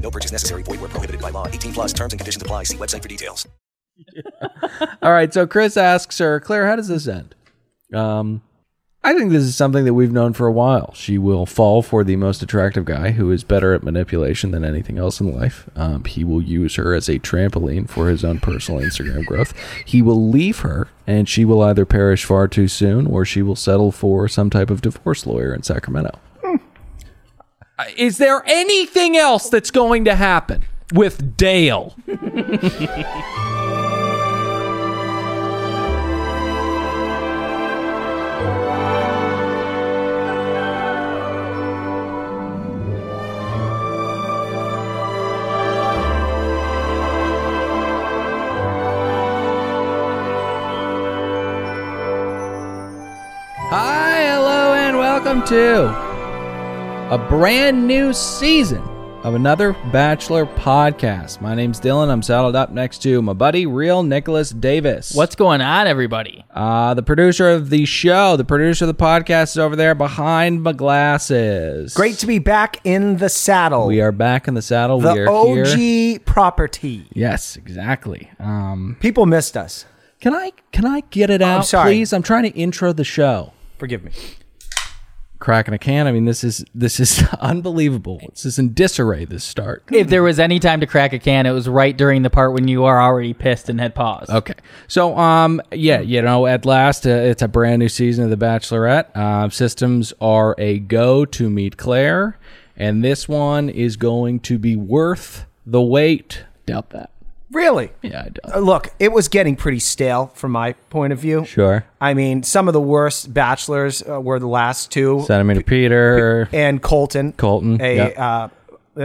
No purchase necessary. Void where prohibited by law. 18 plus terms and conditions apply. See website for details. All right, so Chris asks her, Claire, how does this end? Um, I think this is something that we've known for a while. She will fall for the most attractive guy who is better at manipulation than anything else in life. Um, he will use her as a trampoline for his own personal Instagram growth. He will leave her, and she will either perish far too soon or she will settle for some type of divorce lawyer in Sacramento. Hmm. Is there anything else that's going to happen with Dale? Hi, hello, and welcome to a brand new season of another Bachelor podcast. My name's Dylan. I'm saddled up next to my buddy, real Nicholas Davis. What's going on, everybody? uh, the producer of the show? The producer of the podcast is over there behind my glasses. Great to be back in the saddle. We are back in the saddle. we the are OG here. property. Yes, exactly. Um, People missed us. can I can I get it Oh, I'm out, sorry. please? I'm trying to intro the show. Forgive me. Cracking a can. I mean, this is this is unbelievable. This is in disarray. This start. If there was any time to crack a can, it was right during the part when you are already pissed and had paused. Okay. So, um, yeah, you know, at last, uh, it's a brand new season of The Bachelorette. Um, systems are a go to meet Claire, and this one is going to be worth the wait. Doubt that. Really? Yeah, I doubt. Uh, Look, it was getting pretty stale from my point of view. Sure. I mean, some of the worst bachelors uh, were the last two, Centimeter Peter. and Colton. Colton, a uh,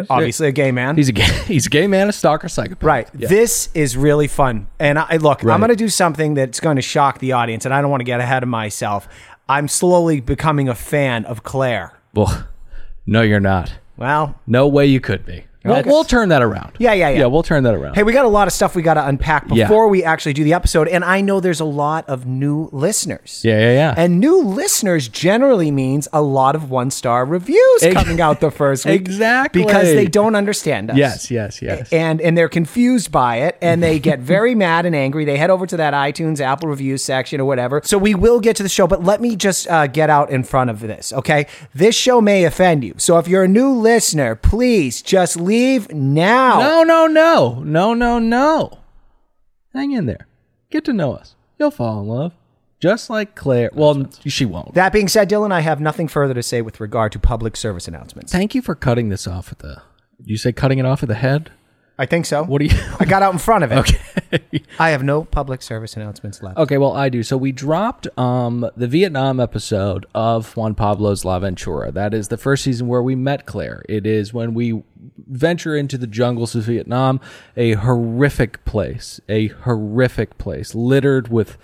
obviously a gay man. He's a gay, he's a gay man, a stalker, psychopath. Right. Yeah. This is really fun. And I look, Right. I'm going to do something that's going to shock the audience, and I don't want to get ahead of myself. I'm slowly becoming a fan of Claire. well, no, you're not. Well, No way you could be. We'll, we'll turn that around. Yeah, yeah, yeah. Yeah, we'll turn that around. Hey, we got a lot of stuff we got to unpack Yeah. before we actually do the episode. And I know there's a lot of new listeners. Yeah, yeah, yeah. And new listeners generally means a lot of one star reviews Ex- coming out the first week. Exactly. Because they don't understand us. yes, yes, yes. And, and they're confused by it and they get very mad and angry. They head over to that iTunes Apple review section or whatever. So we will get to the show, but let me just uh, get out in front of this, okay? This show may offend you. So if you're a new listener, please just leave now. No, no, no. No, no, no. Hang in there. Get to know us. You'll fall in love. Just like Claire. Well, she won't. That being said, Dylan, I have nothing further to say with regard to public service announcements. Thank you for cutting this off at the. You say cutting it off at the head? I think so. What do you. I got out in front of it. Okay. I have no public service announcements left. Okay, well, I do. So we dropped um, the Vietnam episode of Juan Pablo's La Ventura. That is the first season where we met Claire. It is when we venture into the jungles of Vietnam, a horrific place, a horrific place littered with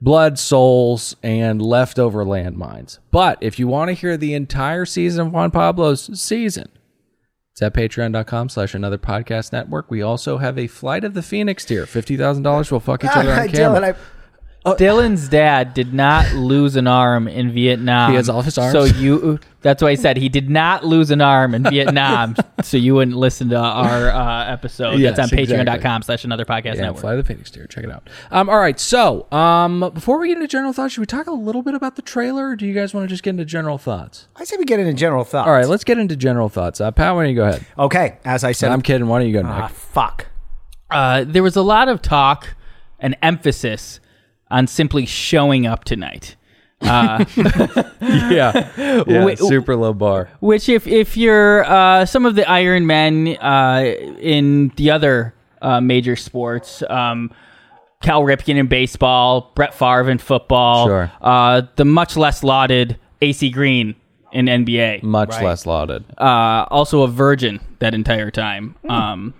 blood, souls, and leftover landmines. But if you want to hear the entire season of Juan Pablo's season, it's at patreon.com slash another podcast network. We also have a Flight of the Phoenix tier. $50,000 will fuck each other on camera. Dylan, I, Dylan's dad did not lose an arm in Vietnam. He has all his arms? So you that's why I said he did not lose an arm in Vietnam. so you wouldn't listen to our uh, episode. Yes, that's on exactly. patreon.com slash another podcast Yeah, network. Fly the Phoenix Deer. Check it out. Um, all right. So, um, before we get into general thoughts, should we talk a little bit about the trailer? Or do you guys want to just get into general thoughts? I say we get into general thoughts. All right, let's get into general thoughts. Uh, Pat, why don't you go ahead? Okay. As I said, I'm kidding. Why don't you go Ah, next? fuck. uh, there was a lot of talk an emphasis on simply showing up tonight. yeah, yeah Wait, super low bar. Which, if if you're uh, some of the Iron Men uh, in the other uh, major sports, um, Cal Ripken in baseball, Brett Favre in football, Sure. uh, the much less lauded AC Green in NBA, Much less lauded. uh, also a virgin that entire time. Um,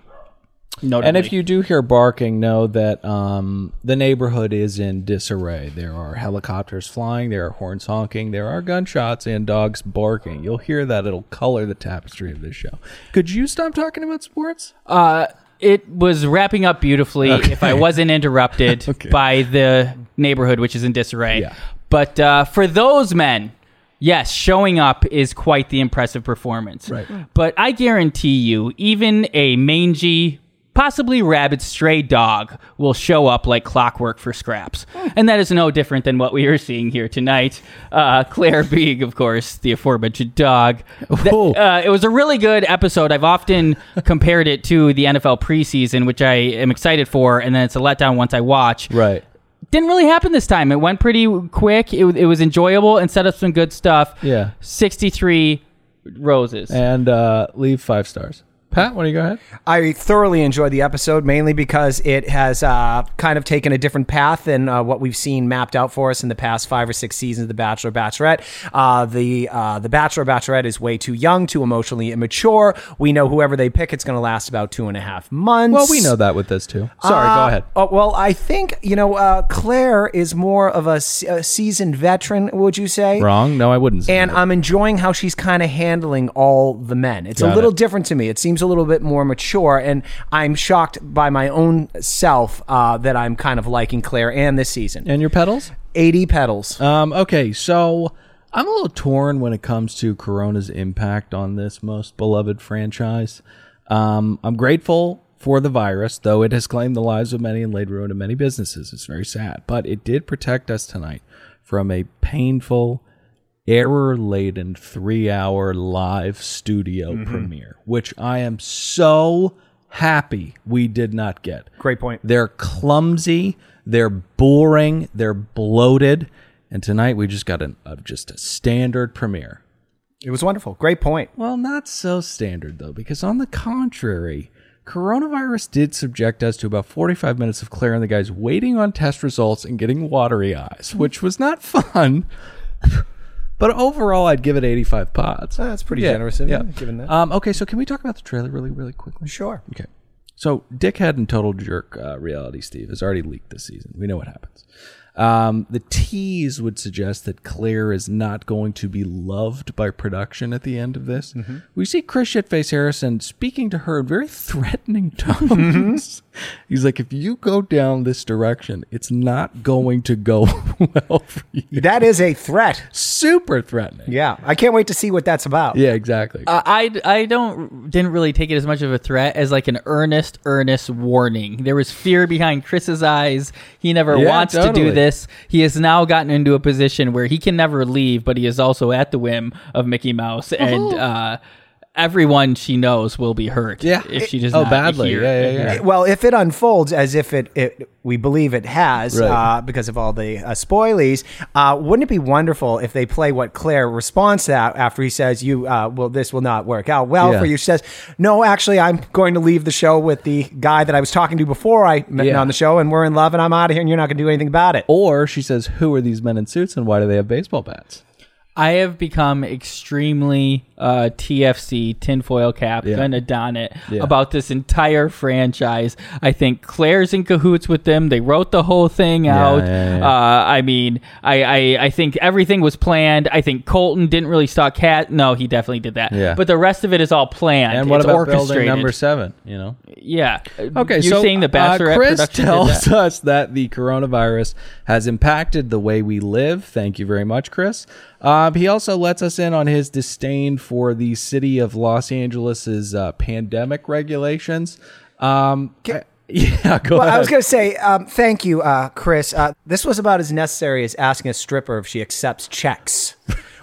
notably. and if you do hear barking, know that um, the neighborhood is in disarray. There are helicopters flying, there are horns honking, there are gunshots, and dogs barking. You'll hear that; it'll color the tapestry of this show. Could you stop talking about sports? Uh, It was wrapping up beautifully if I wasn't interrupted by the neighborhood, which is in disarray. Yeah. But uh, for those men, yes, showing up is quite the impressive performance. Right. But I guarantee you, even a mangy, possibly rabid stray dog will show up like clockwork for scraps. And that is no different than what we are seeing here tonight. Uh, Claire being, of course, the aforementioned dog. Th- Oh. uh, it was a really good episode. I've often compared it to the NFL preseason, which I am excited for, and then it's a letdown once I watch Right. didn't really happen this time. It went pretty quick. It, it was enjoyable and set up some good stuff. Yeah. 63 roses. And uh, leave five stars. Pat, want to go ahead? I thoroughly enjoyed the episode, mainly because it has uh, kind of taken a different path than uh, what we've seen mapped out for us in the past five or six seasons of The Bachelor, Bachelorette. Uh, the uh, The Bachelor, Bachelorette is way too young, too emotionally immature. We know whoever they pick, it's going to last about two and a half months. Well, we know that with this too. Sorry, go ahead. Oh, well, I think you know uh, Claire is more of a, se- a seasoned veteran. Would you say? Wrong? No, I wouldn't. Say and that. I'm enjoying how she's kind of handling all the men. It's Got a little it. different to me. It seems a little bit more mature, and I'm shocked by my own self uh, that I'm kind of liking Claire and this season. and your pedals? 80 pedals. Um, okay, so I'm a little torn when it comes to Corona's impact on this most beloved franchise. Um, I'm grateful for the virus, though it has claimed the lives of many and laid ruin to many businesses. It's very sad, but it did protect us tonight from a painful, error laden three hour live studio premiere, which I am so happy we did not get. Great point. They're clumsy. They're boring. They're bloated. And tonight we just got an, uh, just a standard premiere. It was wonderful. Great point. Well, not so standard though, because on the contrary, coronavirus did subject us to about 45 minutes of Claire and the guys waiting on test results and getting watery eyes, which was not fun. but overall, I'd give it 85 pods. That's pretty generous of you, given that. Um, okay, so can we talk about the trailer really, really quickly? Sure. Okay. So, Dickhead and Total Jerk uh, Reality Steve has already leaked this season. We know what happens. Um, the tease would suggest that Claire is not going to be loved by production at the end of this. Mm-hmm. We see Chris Shitface Harrison speaking to her in very threatening tones. Mm-hmm. He's like, if you go down this direction, it's not going to go well for you. That is a threat. Super threatening. Yeah. I can't wait to see what that's about. Yeah, exactly. Uh, I, I don't didn't really take it as much of a threat as like an earnest earnest warning. There was fear behind Chris's eyes. He never Yeah, wants to totally. do this. He has now gotten into a position where he can never leave, but he is also at the whim of Mickey Mouse and Uh-huh. uh, everyone she knows will be hurt. yeah. if she does oh, not badly. adhere. Yeah, yeah, yeah. Well, if it unfolds as if it, it we believe it has, Right. uh, because of all the uh, spoilies, uh, wouldn't it be wonderful if they play what Claire responds to that after he says, "You, uh, well, this will not work out well Yeah. for you." She says, "No, actually, I'm going to leave the show with the guy that I was talking to before I met Yeah. on the show, and we're in love, and I'm out of here, and you're not going to do anything about it." Or she says, Who are these men in suits and why do they have baseball bats? I have become extremely uh, TFC tinfoil cap Yeah. gonna don it Yeah. about this entire franchise. I think Claire's in cahoots with them. They wrote the whole thing out. yeah, yeah. Uh, I mean, I, I I think everything was planned. I think Colton didn't really stalk Cat. No, he definitely did that. Yeah. But the rest of it is all planned. And what it's about building orchestrated. number seven? You know. Yeah. Okay, You're so saying the uh, Bachelorette Chris production did tells that. us that the coronavirus has impacted the way we live. Thank you very much, Chris. Um, he also lets us in on his disdain for the city of Los Angeles's uh, pandemic regulations. Um, I- yeah, go Well, ahead. I was going to say, um, thank you, uh, Chris. Uh, this was about as necessary as asking a stripper if she accepts checks.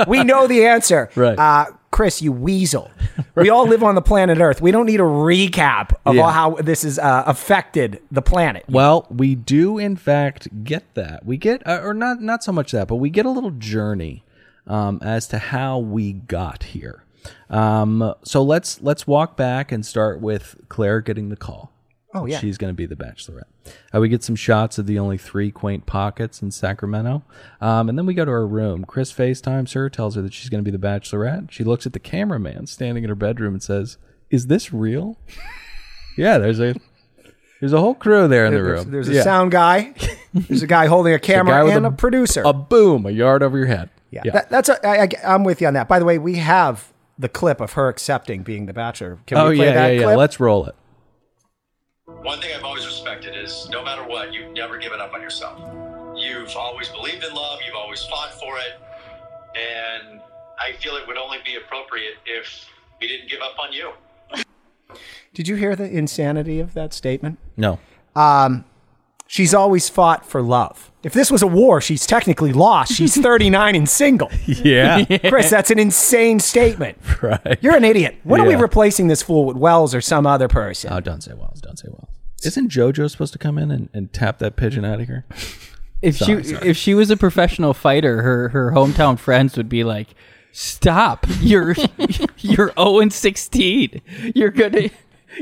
we know the answer. Right. Uh, Chris, you weasel. We all live on the planet Earth. We don't need a recap of all how this has uh, affected the planet. Well, we do in fact get that. We get, uh, or not, not so much that, but we get a little journey um, as to how we got here. Um, so let's let's walk back and start with Claire getting the call. Oh, yeah. she's going to be the Bachelorette. Uh, we get some shots of the only three quaint pockets in Sacramento, um, and then we go to her room. Chris FaceTimes her, tells her that she's going to be the Bachelorette. She looks at the cameraman standing in her bedroom and says, "Is this real?" yeah, there's a there's a whole crew there in the There's, room. there's a Yeah. sound guy. There's a guy holding a camera guy with and a- a, producer. a boom, a yard over your head. yeah, That- that's a, I, I, I'm with you on that. By the way, we have the clip of her accepting being the bachelor. Can oh we play yeah, yeah, that yeah. clip? Let's roll it. One thing I've always respected is no matter what, you've never given up on yourself. You've always believed in love, you've always fought for it, and I feel it would only be appropriate if we didn't give up on you. Did you hear the insanity of that statement? No. Um, She's always fought for love. If this was a war, she's technically lost. She's 39 and single. Yeah. Chris, that's an insane statement. right. You're an idiot. When are we Yeah. replacing this fool with Wells or some other person? Oh, don't say Wells. Don't say Wells. Isn't JoJo supposed to come in and, and tap that pigeon out of here? If she Sorry, sorry. if she was a professional fighter, her her hometown friends would be like, "Stop! You're you're zero and sixteen. You're gonna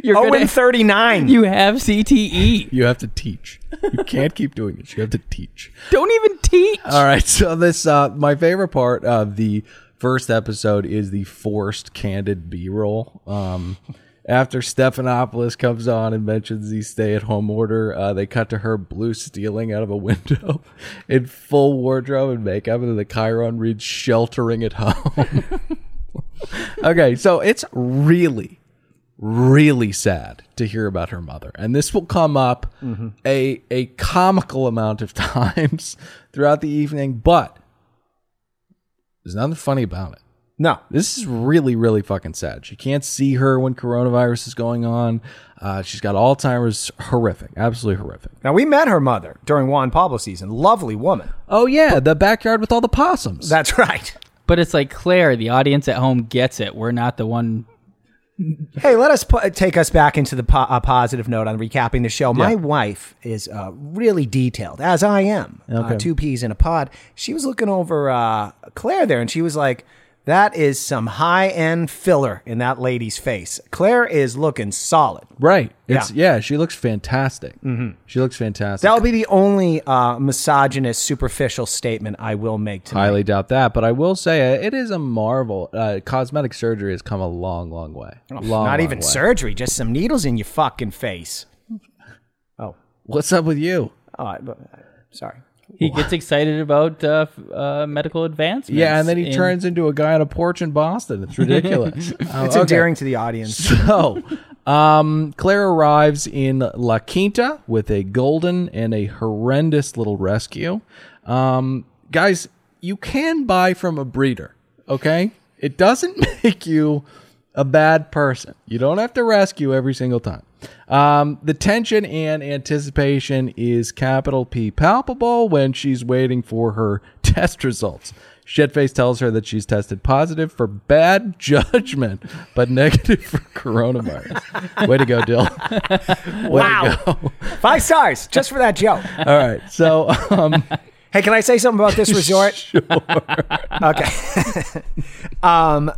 you're oh, gonna and 39. you have E. CTE. You have to teach. You can't keep doing this. You have to teach. Don't even teach." All right. So this uh my favorite part of the first episode is the forced candid B-roll. Um after Stephanopoulos comes on and mentions the stay-at-home order, uh, they cut to her blue stealing out of a window in full wardrobe and makeup, and then the Chiron reads "sheltering at home." okay, so it's really, really sad to hear about her mother, and this will come up a a comical amount of times throughout the evening. But there's nothing funny about it. no. This is really, really fucking sad. She can't see her when coronavirus is going on. Uh, she's got Alzheimer's. Horrific. Absolutely horrific. Now, we met her mother during Juan Pablo season. Lovely woman. Oh, yeah. the backyard with all the possums. That's right. But it's like Claire, the audience at home gets it. We're not the one. Hey, let us pu- take us back into the po- uh, positive note on recapping the show. My wife is uh, really detailed, as I am. Uh, two peas in a pod. She was looking over uh, Claire there, and she was like, "That is some high end filler in that lady's face." Claire is looking solid. right. It's, yeah. She looks fantastic. Mm-hmm. She looks fantastic. That'll be the only uh, misogynist, superficial statement I will make tonight. Highly doubt that, but I will say uh, it is a marvel. Uh, cosmetic surgery has come a long, long way. Oh, Long, Not long even way. surgery, just some needles in your fucking face. Oh, What's up with you? oh, I- sorry. He gets excited about uh, f- uh, medical advancements. Yeah, and then he in- turns into a guy on a porch in Boston. It's ridiculous. Oh, It's okay. endearing to the audience. So, um, Claire arrives in La Quinta with a golden and a horrendous little rescue. Um, guys, you can buy from a breeder, okay? It doesn't make you a bad person. You don't have to rescue every single time. Um, the tension and anticipation is capital P palpable when she's waiting for her test results. Shitface tells her that she's tested positive for bad judgment, but negative for coronavirus. Way to go, Dill. Wow. Five stars just for that joke. All right. So, um, Hey, can I say something about this resort? Okay. um,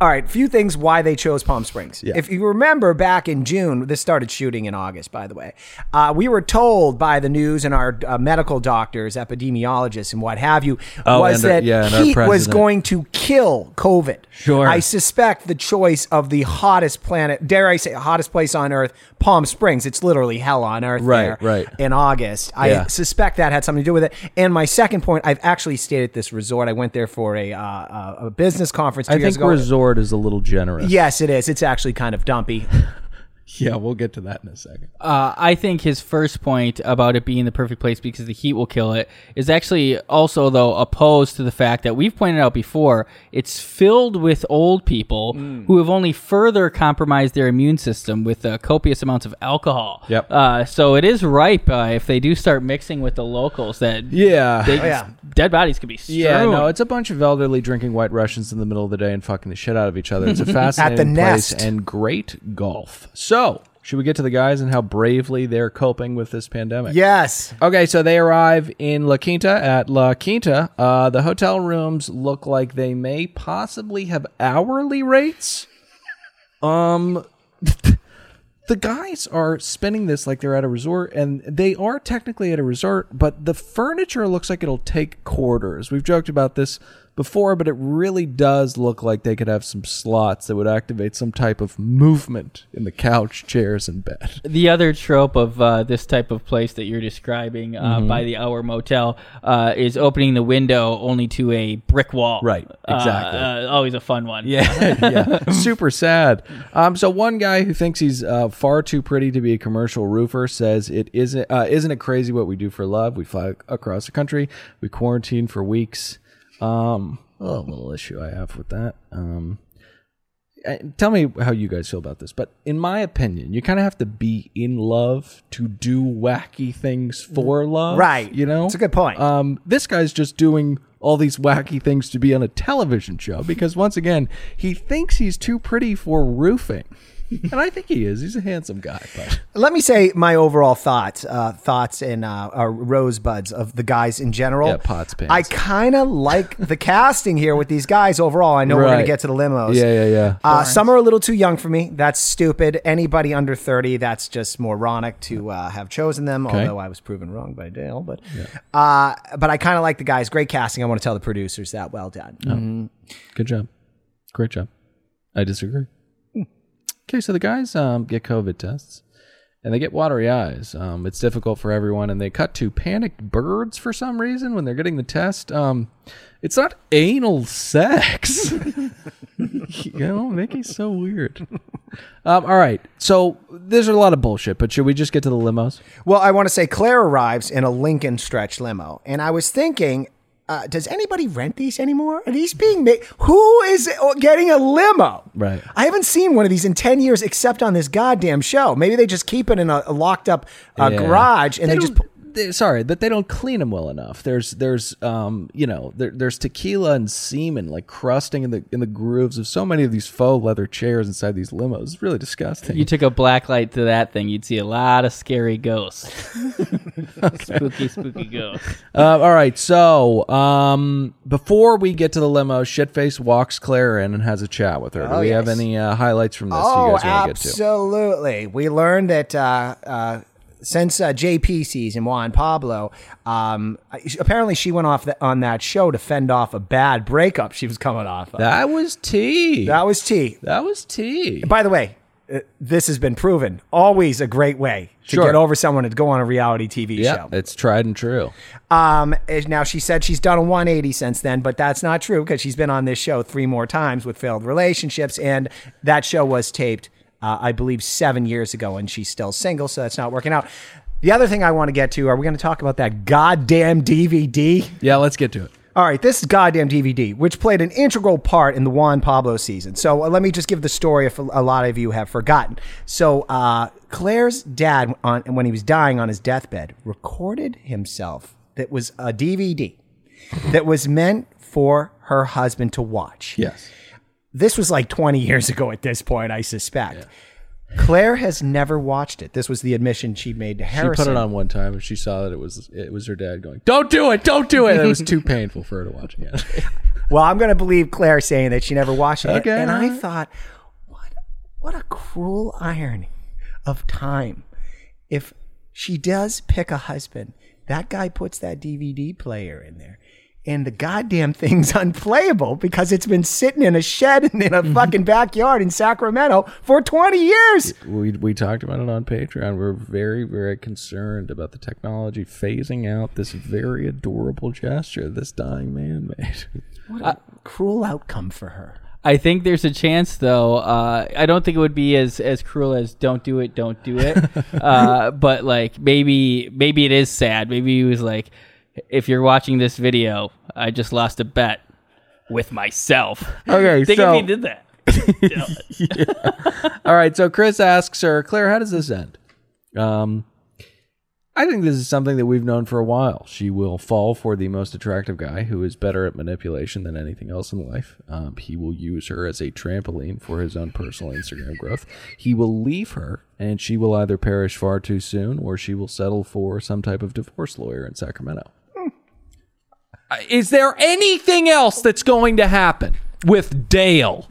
all right. Few things why they chose Palm Springs. If you remember back in June, this started shooting in August, by the way. Uh, we were told by the news and our uh, medical doctors, epidemiologists, and what have you, Oh, was and, uh, that yeah, and our heat was president. going to kill COVID. Sure. I suspect the choice of the hottest planet, dare I say, hottest place on Earth, Palm Springs. It's literally hell on Earth. Right, there right. in August. I Yeah. suspect that had something to do with it. And my second point, I've actually stayed at this resort. I went there for a uh, uh, a business conference two I years think ago. resort is a little generous. yes, it is. It's actually kind of dumpy. Yeah, we'll get to that in a second. Uh, I think his first point about it being the perfect place because the heat will kill it is actually also though opposed to the fact that we've pointed out before it's filled with old people Mm. who have only further compromised their immune system with uh, copious amounts of alcohol. Yep. Uh, so it is ripe uh, if they do start mixing with the locals that Yeah. they, yeah. dead bodies could be strewn. yeah, no, it's a bunch of elderly drinking white Russians in the middle of the day and fucking the shit out of each other. It's a fascinating place nest. and great golf. So, should we get to the guys and how bravely they're coping with this pandemic? Yes. Okay, so they arrive in La Quinta. At La Quinta, uh, the hotel rooms look like they may possibly have hourly rates. Um, the guys are spinning this like they're at a resort, and they are technically at a resort, but the furniture looks like it'll take quarters. We've joked about this before, but it really does look like they could have some slots that would activate some type of movement in the couch, chairs, and bed. the other trope of uh, this type of place that you're describing uh, Mm-hmm. by the hour motel uh, is opening the window only to a brick wall. Right, Uh, exactly. Uh, always a fun one. Yeah, yeah. super sad. Um, so one guy who thinks he's uh, far too pretty to be a commercial roofer says it isn't. Uh, isn't it crazy what we do for love? We fly across the country. We quarantine for weeks. Um, oh, little issue I have with that. Um, uh, tell me how you guys feel about this. But in my opinion, you kind of have to be in love to do wacky things for love. Right. You know, It's a good point. um, this guy's just doing all these wacky things to be on a television show because once again he thinks he's too pretty for roofing and i think he is he's a handsome guy but Let me say my overall thoughts, uh, thoughts and uh, uh, rosebuds of the guys in general. Yeah, pots, pans. I kind of like the casting here with these guys overall. I know we're gonna Right. get to the limos. yeah yeah yeah Uh, some are a little too young for me. That's stupid. Anybody under 30, that's just moronic to uh, have chosen them, although I was proven wrong by Dale. But uh, but I kind of like the guys. Great casting. I want to tell the producers that. Well done. good job great job i disagree okay so the guys um, get covid tests and they get watery eyes um, it's difficult for everyone and they cut to panicked birds for some reason when they're getting the test um, it's not anal sex you know mickey's so weird um, all right so there's a lot of bullshit but should we just get to the limos Well, I want to say Claire arrives in a Lincoln stretch limo, and I was thinking, uh, does anybody rent these anymore? Are these being made? Who is getting a limo? Right. I haven't seen one of these in ten years, except on this goddamn show. Maybe they just keep it in a, a locked up uh, Yeah. garage, and they, just. don't- they- sorry that they don't clean them well enough. There's there's um you know there, there's tequila and semen like crusting in the in the grooves of so many of these faux leather chairs inside these limos. It's really disgusting. You took a black light to that thing, you'd see a lot of scary ghosts. spooky, spooky ghosts. Uh, all right, so um before we get to the limo, shitface walks Claire in and has a chat with her. Do we have any uh, highlights from this? you Oh, guys wanna absolutely. We learned that uh, uh, since uh, JP season Juan Pablo, um, apparently she went off the, on that show to fend off a bad breakup she was coming off of. That was tea. That, That was tea. was tea. By the way, uh, this has been proven. Always a great way to Sure. get over someone to go on a reality TV Yeah, show. it's tried and true. Um, and now she said she's done a 180 since then, but that's not true because she's been on this show three more times with failed relationships, and that show was taped, uh, I believe, seven years ago, and she's still single, so that's not working out. The other thing I want to get to, are we going to talk about that goddamn DVD? Yeah, let's get to it. All right, this goddamn DVD, which played an integral part in the Juan Pablo season. So uh, let me just give the story if a lot of you have forgotten. So uh, Claire's dad, on, when he was dying on his deathbed, recorded himself that was a DVD that was meant for her husband to watch. Yes. This was like 20 years ago at this point, I suspect. Claire has never watched it. This was the admission she made to She Harrison. put it on one time and she saw that it was it was her dad going, "Don't do it, don't do it." And it was too painful for her to watch again. Well, I'm going to believe Claire saying that she never watched it. Okay, and all I right. thought, what, what a cruel irony of time. If she does pick a husband, that guy puts that DVD player in there. And the goddamn thing's unplayable because it's been sitting in a shed and in a fucking backyard in Sacramento for 20 years. we we talked about it on Patreon. We're very very concerned about the technology phasing out this very adorable gesture this dying man made. Cruel outcome for her. I think there's a chance, though. Uh, I don't think it would be as as cruel as "Don't do it, don't do it." uh, but like maybe maybe it is sad. Maybe he was like, "If you're watching this video, I just lost a bet with myself." Okay, think so- if he did that. All right, so Chris asks her, Claire, how does this end? Um, I think this is something that we've known for a while. She will fall for the most attractive guy who is better at manipulation than anything else in life. Um, he will use her as a trampoline for his own personal Instagram growth. He will leave her, and she will either perish far too soon or she will settle for some type of divorce lawyer in Sacramento. Uh, Hmm. Is there anything else that's going to happen with Dale?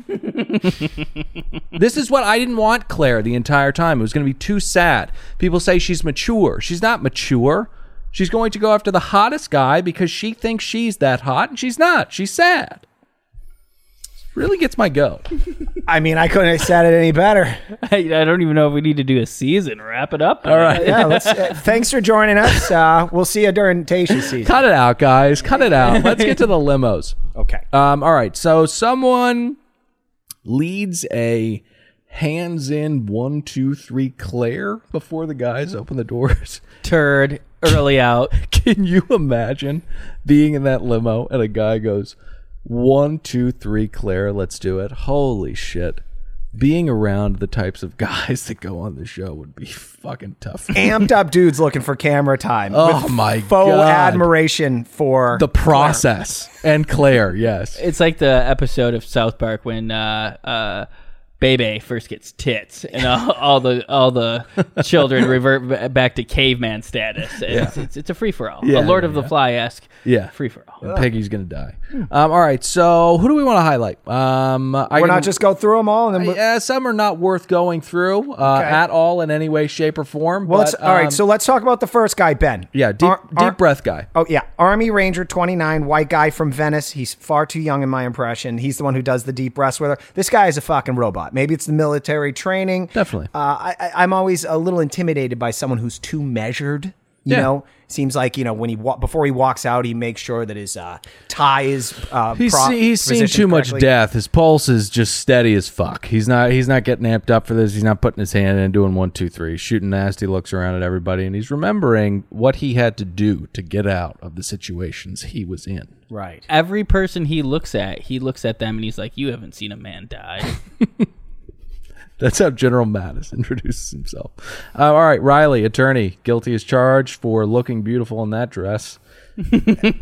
This is what I didn't want Claire the entire time. It was going to be too sad. People say she's mature. She's not mature. She's going to go after the hottest guy because she thinks she's that hot and she's not. She's sad. Really gets my goat. I mean, I couldn't have said it any better. I, I don't even know if we need to do a season. Wrap it up. All right. Yeah, let's, uh, thanks for joining us. Uh, we'll see you during Taysha season. Cut it out, guys. Cut it out. Let's get to the limos. Okay. Um, all right. So someone leads a hands in one, two, three Claire before the guys open the doors. Turd early out. Can you imagine being in that limo and a guy goes, one, two, three, Claire, let's do it? Holy shit. Being around the types of guys that go on the show would be fucking tough. Amped up dudes looking for camera time. Oh with my faux God. admiration for the process. And Claire, yes. It's like the episode of South Park when uh, uh, Bebe first gets tits, and all, all the all the children revert b- back to caveman status. And It's, it's, it's a free for all, Yeah, a Lord yeah, of the Fly esque Yeah. free for all. And Peggy's going to die. Hmm. Um, all right. So who do we want to highlight? Um, I We're not can- just go through them all and then. we- Yeah, some are not worth going through uh, Okay. at all in any way, shape, or form. well, but, let's, all um, right. So let's talk about the first guy, Ben. yeah, deep, Ar- ar- deep breath guy. Oh yeah, Army Ranger 29, white guy from Venice. He's far too young in my impression. He's the one who does the deep breaths with her. This guy is a fucking robot. Maybe it's the military training. Definitely. Uh, I, I, I'm always a little intimidated by someone who's too measured. You Yeah. know, seems like you know when he wa- before he walks out, he makes sure that his uh, tie is. Uh, He's, prop- see- he's seen positioned too much correctly. death. His pulse is just steady as fuck. He's not he's not getting amped up for this. He's not putting his hand in doing one, two, three, shooting nasty looks around at everybody, and he's remembering what he had to do to get out of the situations he was in. Right. Every person he looks at, he looks at them and he's like, "You haven't seen a man die." That's how General Mattis introduces himself. Uh, all right, Riley, attorney, guilty as charged for looking beautiful in that dress.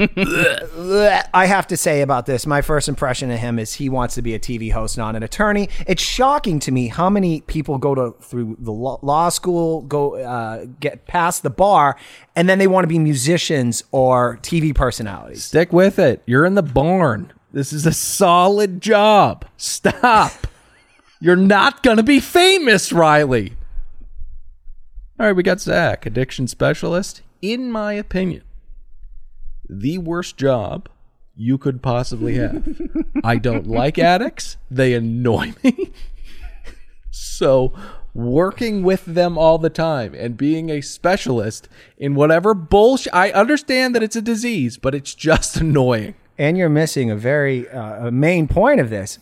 I have to say about this, my first impression of him is he wants to be a TV host, not an attorney. It's shocking to me how many people go to through the law, law school, go uh, get past the bar, and then they want to be musicians or TV personalities. Stick with it. You're in the barn. This is a solid job. Stop. You're not going to be famous, Riley. All right, we got Zach, addiction specialist. In my opinion, the worst job you could possibly have. I don't like addicts, they annoy me. so, working with them all the time and being a specialist in whatever bullshit, I understand that it's a disease, but it's just annoying. And you're missing a very uh, a main point of this.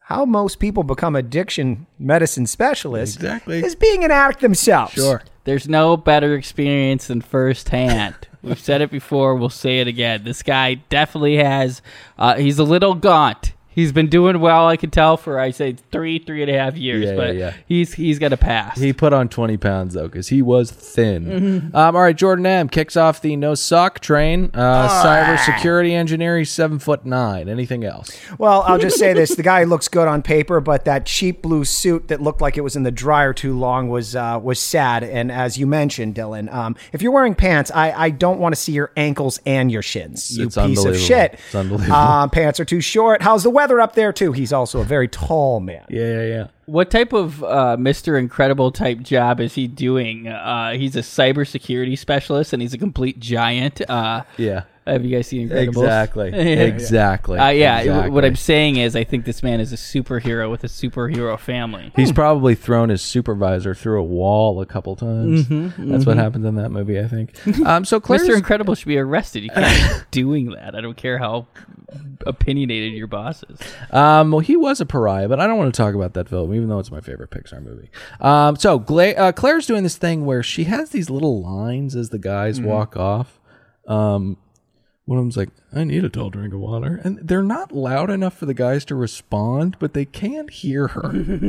How most people become addiction medicine specialists Exactly. is being an addict themselves. There's no better experience than firsthand. We've said it before. We'll say it again. This guy definitely has. Uh, he's a little gaunt. He's been doing well, I can tell, for I say three, three and a half years. Yeah, but yeah, yeah. he's he's got a pass. He put on 20 pounds, though, because he was thin. Um, all right, Jordan M. kicks off the no sock train. Uh, Cybersecurity engineer, he's seven foot nine. Anything else? Well, I'll just say this: the guy looks good on paper, but that cheap blue suit that looked like it was in the dryer too long was uh, was sad. And as you mentioned, Dylan, um, if you're wearing pants, I, I don't want to see your ankles and your shins. You piece It's of unbelievable. shit. It's unbelievable. Uh, pants are too short. How's the weather up there too? He's also a very tall man. Yeah, yeah, yeah. what type of uh, Mr. Incredible type job is he doing? Uh, he's a cybersecurity specialist, and he's a complete giant. Uh, Yeah. Have you guys seen Incredibles? Exactly. Exactly. Uh, yeah, exactly. what I'm saying is, I think this man is a superhero with a superhero family. He's probably thrown his supervisor through a wall a couple times. That's what happens in that movie, I think. Um, so Claire's, Mr. Incredible should be arrested. You can't be doing that. I don't care how opinionated your boss is. Um, well, he was a pariah, but I don't want to talk about that film, even though it's my favorite Pixar movie. Um, so Gla- uh, Claire's doing this thing where she has these little lines as the guys Mm-hmm. walk off. Um, one of them's like, "I need a tall drink of water," and they're not loud enough for the guys to respond, but they can't hear her.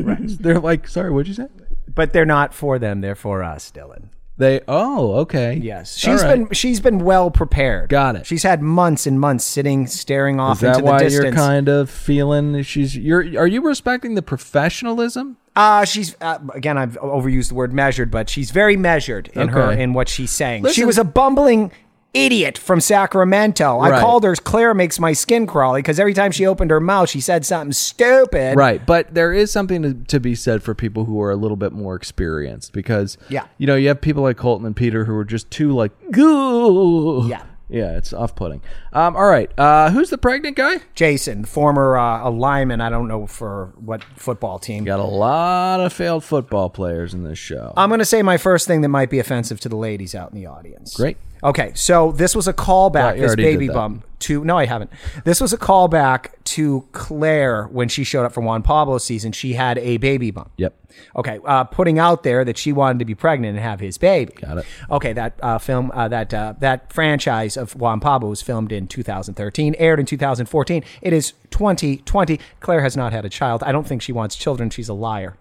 right? They're like, "Sorry, what'd you say?" But they're not for them; they're for us, Dylan. They, oh, okay, Yes, All she's right. been she's been well prepared. Got it. She's had months and months sitting, staring off Is that into the why distance. you're kind of feeling she's you're are you respecting the professionalism? Uh, she's uh, again. I've overused the word measured, but she's very measured in her Okay. in what she's saying. she Listen- was a bumbling idiot from Sacramento. I Right. called her Claire makes my skin crawly because every time she opened her mouth, she said something stupid. Right, but there is something to, to be said for people who are a little bit more experienced because Yeah. you know, you have people like Colton and Peter who are just too like goo. Yeah. Yeah, it's off-putting. Um, all right. Uh, who's the pregnant guy? Jason, former uh, a lineman. I don't know for what football team. Got a lot of failed football players in this show. I'm going to say my first thing that might be offensive to the ladies out in the audience. Great. Okay, so this was a Thought callback. you This already did baby that. bump to no, I haven't. This was a callback to Claire when she showed up for Juan Pablo's season. She had a baby bump. Yep. Okay, uh, putting out there that she wanted to be pregnant and have his baby. Got it. Okay, that uh, film, uh, that uh, that franchise of Juan Pablo was filmed in 2013, aired in 2014. It is 2020. Claire has not had a child. I don't think she wants children. She's a liar.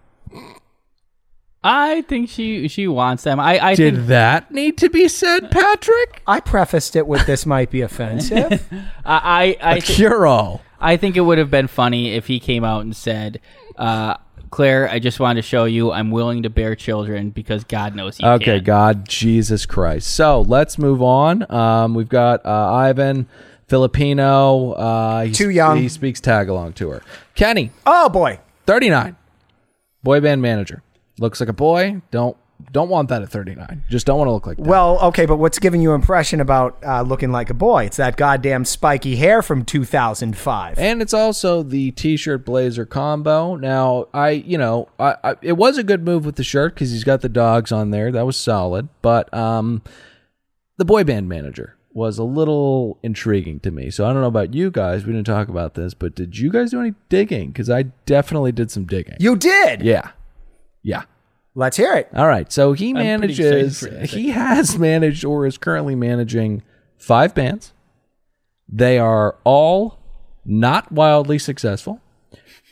I think she she wants them. I I think, Did that need to be said, Patrick? I prefaced it with this might be offensive. I I, I, A thi- cure-all. I think it would have been funny if he came out and said, uh, "Claire, I just wanted to show you I'm willing to bear children because God knows you Okay, can." God, Jesus Christ. So let's move on. Um, we've got uh, Ivan, Filipino. Uh, he's- Too young. He speaks tagalong to her. Kenny, oh boy. 39, boy band manager. Looks like a boy. Don't don't want that at 39. Just don't want to look like that. Well, okay, but what's giving you impression about uh, looking like a boy? It's that goddamn spiky hair from 2005. and it's also the t-shirt blazer combo. Now, I, you know, I, I it was a good move with the shirt because he's got the dogs on there. That was solid. But um, the boy band manager was a little intriguing to me. So I don't know about you guys. We didn't talk about this, but did you guys do any digging? Because I definitely did some digging. you did. yeah, yeah. Let's hear it. All right. So he pretty excited manages, for that. he has managed or is currently managing five bands. They are all not wildly successful.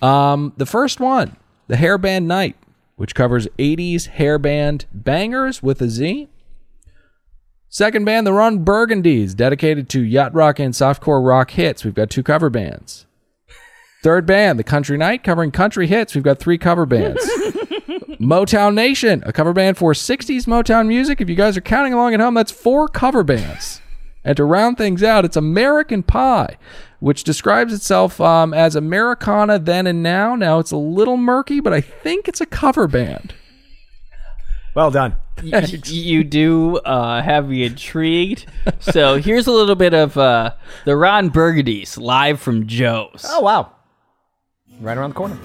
Um, the first one, the Hairband Night, which covers 80s hairband bangers with a Z. Second band, the Run Burgundies, dedicated to yacht rock and softcore rock hits. We've got two cover bands. Third band, the Country Night, covering country hits. We've got three cover bands. Motown Nation, a cover band for 60s Motown music. If you guys are counting along at home, that's four cover bands. and to round things out, it's American Pie, which describes itself um, as Americana then and now. Now it's a little murky, but I think it's a cover band. Well done. Y- you do uh, have me intrigued. So here's a little bit of uh, the Ron Burgundy's live from Joe's. Oh, wow. Right around the corner.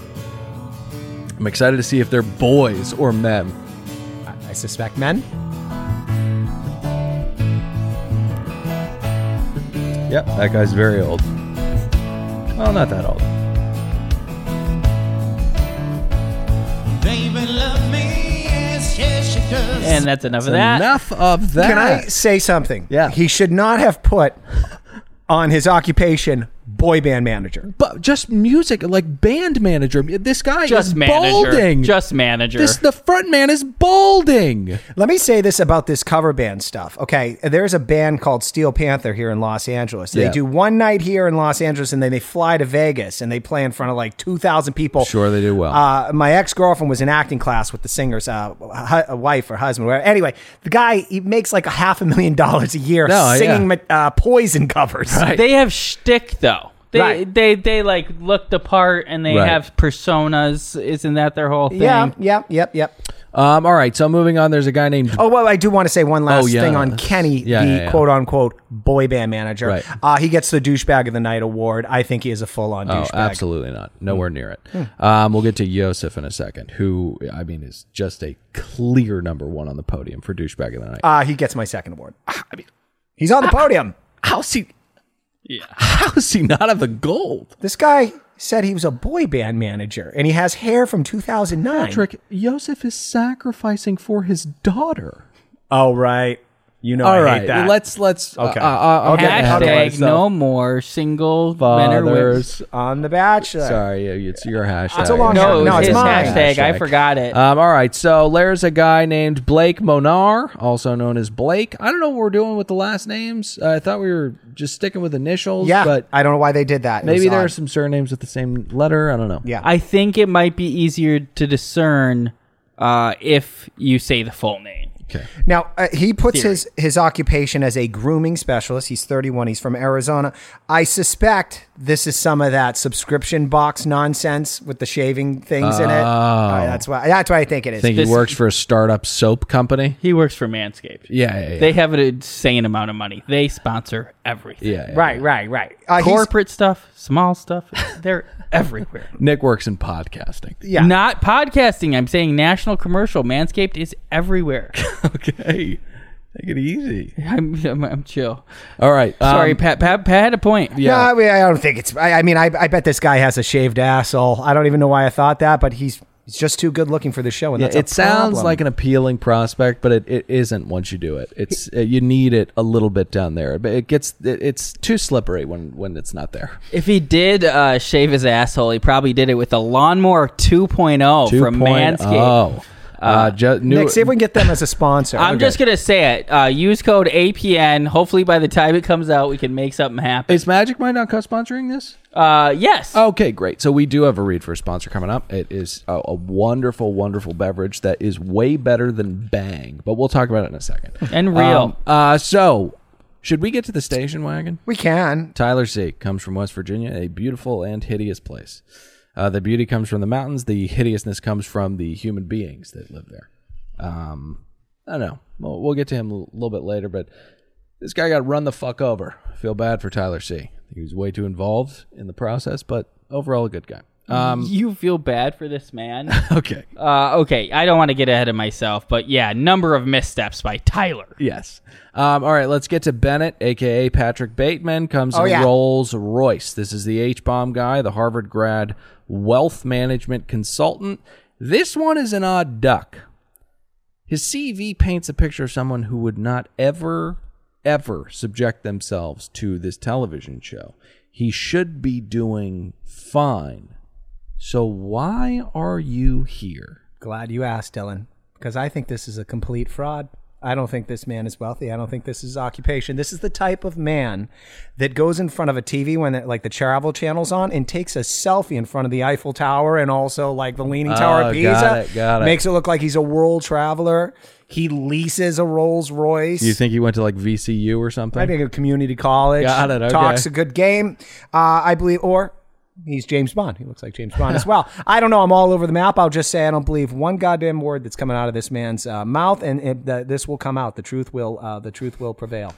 I'm excited to see if they're boys or men. I, I suspect men. Yep, that guy's very old. Well, not that old. and that's enough of that. Enough of that. Can I say something? Yeah. He should not have put on his occupation boy band manager. but just music, like band manager. This guy is Just manager. balding. Just manager. This the front man is balding. Let me say this about this cover band stuff. Okay, there's a band called Steel Panther here in Los Angeles. They Yeah. do one night here in Los Angeles, and then they fly to Vegas and they play in front of like two thousand people. Sure, they do well. Uh, my ex girlfriend was in acting class with the singer's uh, hu- a wife or husband. Whatever. Anyway, the guy he makes like a half a million dollars a year No, singing yeah. ma- uh, Poison covers. they have shtick though. They, Right. they they like look the part and they Right. have personas. Isn't that their whole thing? Yeah, yep, yep, yep. Um, all right, so moving on. There's a guy named Oh well, I do want to say one last Oh, yeah. thing on Kenny, Yeah, the yeah, yeah. quote unquote boy band manager. Right. Uh, he gets the douchebag of the night award. I think he is a full on Oh, douchebag. absolutely not. Nowhere near it. Um, we'll get to Yosef in a second, who I mean is just a clear number one on the podium for douchebag of the night. Uh, he gets my second award. Ah, I mean, he's on the podium. how's he? How's he not have a gold? This guy said he was a boy band manager, and he has hair from 2009. Patrick, Yosef is sacrificing for his daughter. Oh right, you know Oh, I All hate right, that. let's let's Okay. Uh, uh, uh, Okay, okay. how do I Hashtag no more single men or women. fathers. on the Bachelor. Sorry, it's your hashtag. It's a long No, No, it was it's his mine. hashtag. I forgot it. Um, all right, so there's a guy named Blake Monar, also known as Blake. I don't know what we're doing with the last names. Uh, I thought we were just sticking with initials, Yeah, but I don't know why they did that. It maybe was there odd. are some surnames with the same letter. I don't know. Yeah. I think it might be easier to discern uh, if you say the full name. Now uh, he puts his his occupation as a grooming specialist. He's 31. He's from Arizona. I suspect this is some of that subscription box nonsense with the shaving things in it. Uh, that's why that's why I think it is. I Oh. think This- he works for a startup soap company. He works for Manscaped. Yeah, yeah, yeah. They have an insane amount of money. They sponsor everything. yeah, yeah. right, right, right. Uh, he's- Corporate stuff, small stuff, they're everywhere. Nick works in podcasting. Yeah. Not podcasting. I'm saying national commercial. Manscaped is everywhere. okay, take it easy. I'm, I'm, I'm chill. All right, um, Sorry, Pat, Pat. Pat had a point. No, I, mean, I don't think it's. I, I mean, I, I bet this guy has a shaved asshole. I don't even know why I thought that, but he's he's just too good looking for the show. And Yeah, that's a it sounds problem. like an appealing prospect, but it, it isn't once you do it. It's uh you need it a little bit down there, but it gets it, it's too slippery when when it's not there. If he did uh, shave his asshole, he probably did it with a lawnmower 2.0 from Manscaped. Oh, uh, ju- new, Nick, see if we can get them as a sponsor. I'm just gonna say it. Uh, use code APN. Hopefully, by the time it comes out, we can make something happen. is Magic Mind not co-sponsoring this? Uh, yes. Okay, great. So we do have a read for a sponsor coming up. It is a, a wonderful, wonderful beverage that is way better than Bang, but we'll talk about it in a second. And Um, real. uh, so, should we get to the station wagon? we can. Tyler C. comes from West Virginia, a beautiful and hideous place. Uh, the beauty comes from the mountains. The hideousness comes from the human beings that live there. Um, I don't know. We'll, we'll get to him a little bit later, but this guy got run the fuck over. I feel bad for Tyler C. He was way too involved in the process, but overall a good guy. Um, you feel bad for this man. okay. uh, okay, I don't want to get ahead of myself, but yeah, number of missteps by Tyler. Yes. Um, all right, let's get to Bennett, aka Patrick Bateman, comes Oh, in yeah. Rolls Royce. This is the H bomb guy, the Harvard grad, wealth management consultant. This one is an odd duck. His CV paints a picture of someone who would not ever, ever subject themselves to this television show. He should be doing fine. So why are you here? Glad you asked, Dylan, because I think this is a complete fraud. I don't think this man is wealthy. I don't think this is his occupation. This is the type of man that goes in front of a TV when that, like the travel channel's on and takes a selfie in front of the Eiffel Tower and also like the Leaning Tower Oh, of Pisa. got it, got it. Makes it look like he's a world traveler. He leases a Rolls Royce. You think he went to like VCU or something? I think a community college. Got it, okay. Talks a good game, uh, I believe, or he's James Bond. He looks like James Bond as well. I don't know. I'm all over the map. I'll just say I don't believe one goddamn word that's coming out of this man's uh, mouth, and it, the, this will come out. The truth will. Uh, the truth will prevail.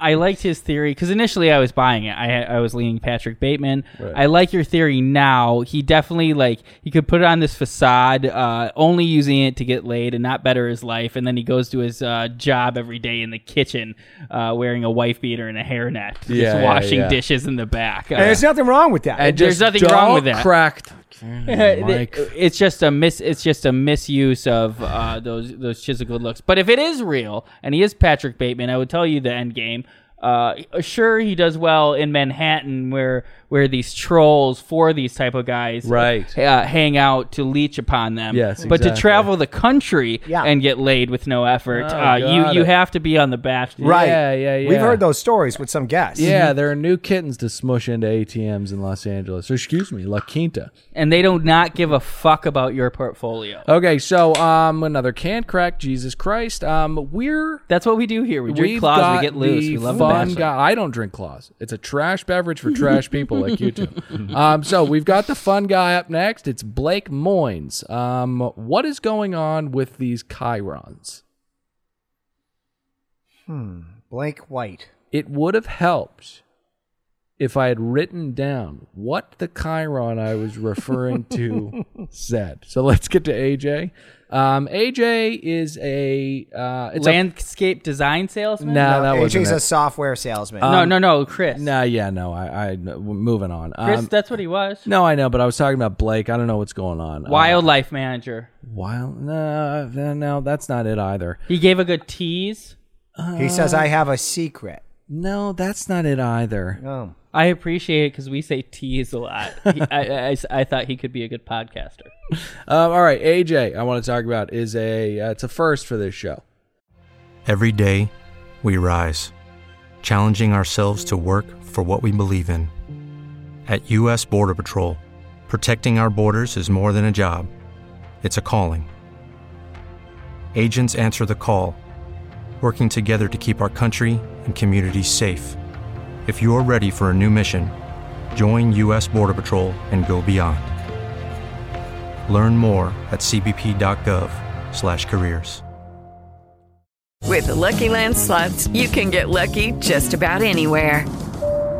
I liked his theory because initially I was buying it. I I was leaning Patrick Bateman. I like your theory now. He definitely like he could put it on this facade, uh, only using it to get laid and not better his life. And then he goes to his uh, job every day in the kitchen, uh, wearing a wife beater and a hairnet, Yeah, just yeah, washing yeah. dishes in the back. Uh, And there's nothing wrong with that. And There's just nothing wrong don't with that. Cracked. Mike. Uh, it's just a mis it's just a misuse of uh, those those chiseled looks. But if it is real and he is Patrick Bateman, I would tell you the end game. Uh, sure, he does well in Manhattan, where where these trolls for these type of guys Right. uh, hang out to leech upon them. Yes, but to exactly. Oh, travel the country Yeah. and get laid with no effort, uh, you got you it. have to be on the bachelor. right? Yeah, yeah, yeah. We've heard those stories with some guests. Hmm. Yeah, there are new kittens to smush into ATMs in Los Angeles. Or excuse me, La Quinta. and they do not give a fuck about your portfolio. Okay, so um, another can crack. Jesus Christ. Um, we're That's what we do here. We drink we've claws, got we get loose, the we love the fun bachelor. guy. I don't drink claws. It's a trash beverage for trash people. like you two. um, so we've got the fun guy up next. It's Blake Moynes. Um, what is going on with these chirons? Hmm. Blake White. It would have helped if I had written down what the chiron I was referring to said. So let's get to AJ. Um, AJ is a uh, it's a- Landscape design salesman? Nah, Ah, that wasn't AJ's a it. Uh, software salesman. no, no, no, Chris. Nah, yeah, Um, no. I, I moving on. Chris, Um, that's what he was. no, I know, but I was talking about Blake. I don't know what's going on. Uh, Wildlife manager. wild. No, no, no, that's not it either. He gave a good tease. he says, I have a secret. No, that's not it either. Oh. I appreciate it because we say tease a lot. He, I, I, I thought he could be a good podcaster. Um, all right, AJ. I want to talk about is a uh, it's a first for this show. Every day, we rise, challenging ourselves to work for what we believe in. At U.S. Border Patrol, protecting our borders is more than a job, it's a calling. Agents answer the call, working together to keep our country and communities safe. If you're ready for a new mission, join U.S. Border Patrol and go beyond. Learn more at cbp.gov/careers. With the Lucky Land slots, you can get lucky just about anywhere.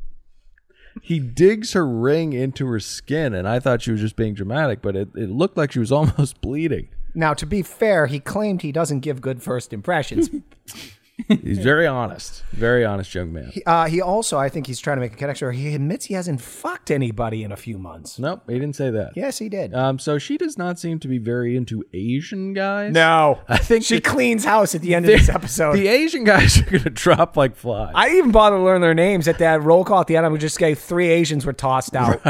he digs her ring into her skin, and I thought she was just being dramatic, but it, it looked like she was almost bleeding. Now, to be fair, he claimed he doesn't give good first impressions. He's very honest, very honest young man. He- uh, he also, I think he's trying to make a connection. He admits he hasn't fucked anybody in a few months. Nope, he didn't say that. Yes, he did. Um, so she does not seem to be very into Asian guys. no. I think she that- cleans house at the end of The- this episode. The Asian guys are going to drop like flies. I didn't even bother to learn their names at that roll call at the end. I would just say three Asians were tossed out.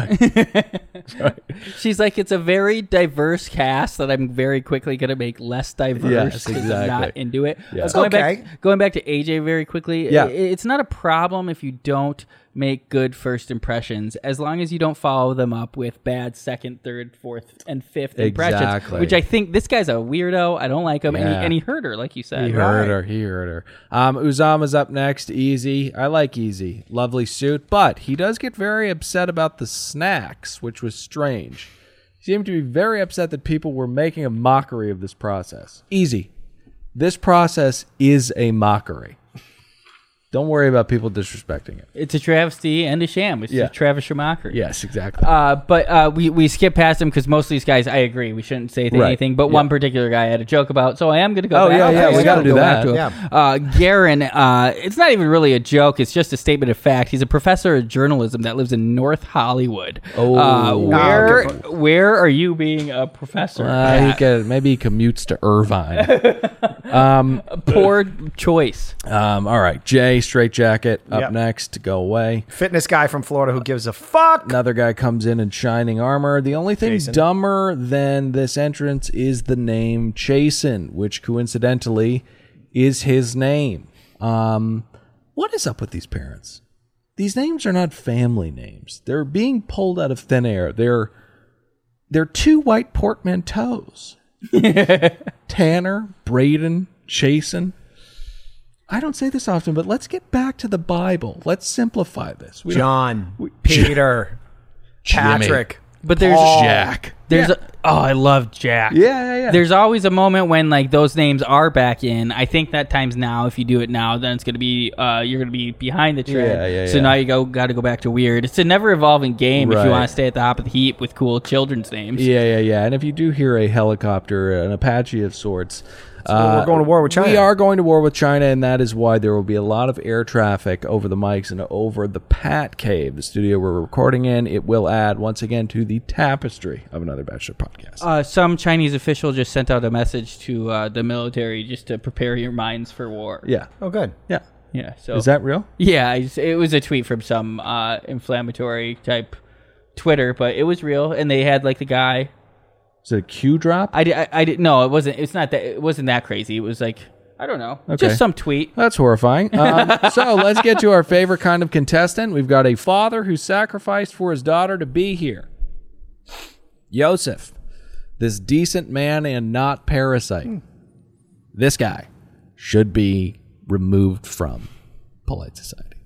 She's like, it's a very diverse cast that I'm very quickly going to make less diverse Yes, because exactly. I'm not into it. Yeah. Uh, Going Okay. Back, going back to AJ very quickly, Yeah. i- it's not a problem if you don't make good first impressions as long as you don't follow them up with bad second, third, fourth, and fifth Exactly. impressions, which I think this guy's a weirdo. I don't like him. And, he, Yeah. and he hurt her, like you said. He heard her. He heard her. Um, Uzama's up next. Easy. I like Easy. Lovely suit, but he does get very upset about the snacks, which was strange. He seemed to be very upset that people were making a mockery of this process. Easy. This process is a mockery. Don't worry about people disrespecting it. It's a travesty and a sham. It's Yeah. a Travis Schumacher. Yes, exactly. Uh, but uh, we we skip past them because most of these guys, I agree, we shouldn't say th- Right. anything. But Yeah. one particular guy I had a joke about, so I am going to go. Oh, back. yeah, yeah, we so gotta I'll do go back that. to him. Uh, Garen, uh, it's not even really a joke; it's just a statement of fact. He's a professor of journalism that lives in North Hollywood. Oh. uh, Oh, where where are you being a professor? Uh, he at? could, maybe he commutes to Irvine. Poor choice. Um, all right, Jay, straight jacket up Yep. next to go away. Fitness guy from Florida who gives a fuck. Another guy comes in in shining armor. The only thing dumber than this entrance is the name Chasen, which coincidentally is his name. Um, what is up with these parents? These names are not family names. They're being pulled out of thin air. They're they're two white portmanteaus. Tanner, Braden, Chasen. I don't say this often, but let's get back to the Bible. Let's simplify this. We don't- John, Peter, Patrick. But there's Paul. Jack. There's yeah. a, oh, I love Jack. yeah, yeah, yeah. There's always a moment when like those names are back in. I think that times now, if you do it now, then it's gonna be uh, you're gonna be behind the trend. Yeah, yeah, so yeah. now you go got to go back to weird. It's a never evolving game if Right. you want to stay at the top of the heap with cool children's names. yeah, yeah, yeah. And if you do hear a helicopter, an Apache of sorts, uh, we're going to war with China. We are going to war with China, and that is why there will be a lot of air traffic over the mics and over the Pat Cave, the studio we're recording in. It will add once again to the tapestry of another Bachelor podcast. Uh, some Chinese official just sent out a message to uh, the military just to prepare your minds for war. yeah, Oh, good. Oh. yeah. yeah. So Is that real? Yeah, I just- it was a tweet from some uh, inflammatory type Twitter, but it was real, and they had like the guy. Is it a Q drop? I did. I, I did. No, it wasn't. It's not that. It wasn't that crazy. It was like I don't know. Okay. Just some tweet. That's horrifying. Um, so let's get to our favorite kind of contestant. We've got a father who sacrificed for his daughter to be here. Yosef, this decent man and not parasite. Hmm. This guy should be removed from polite society.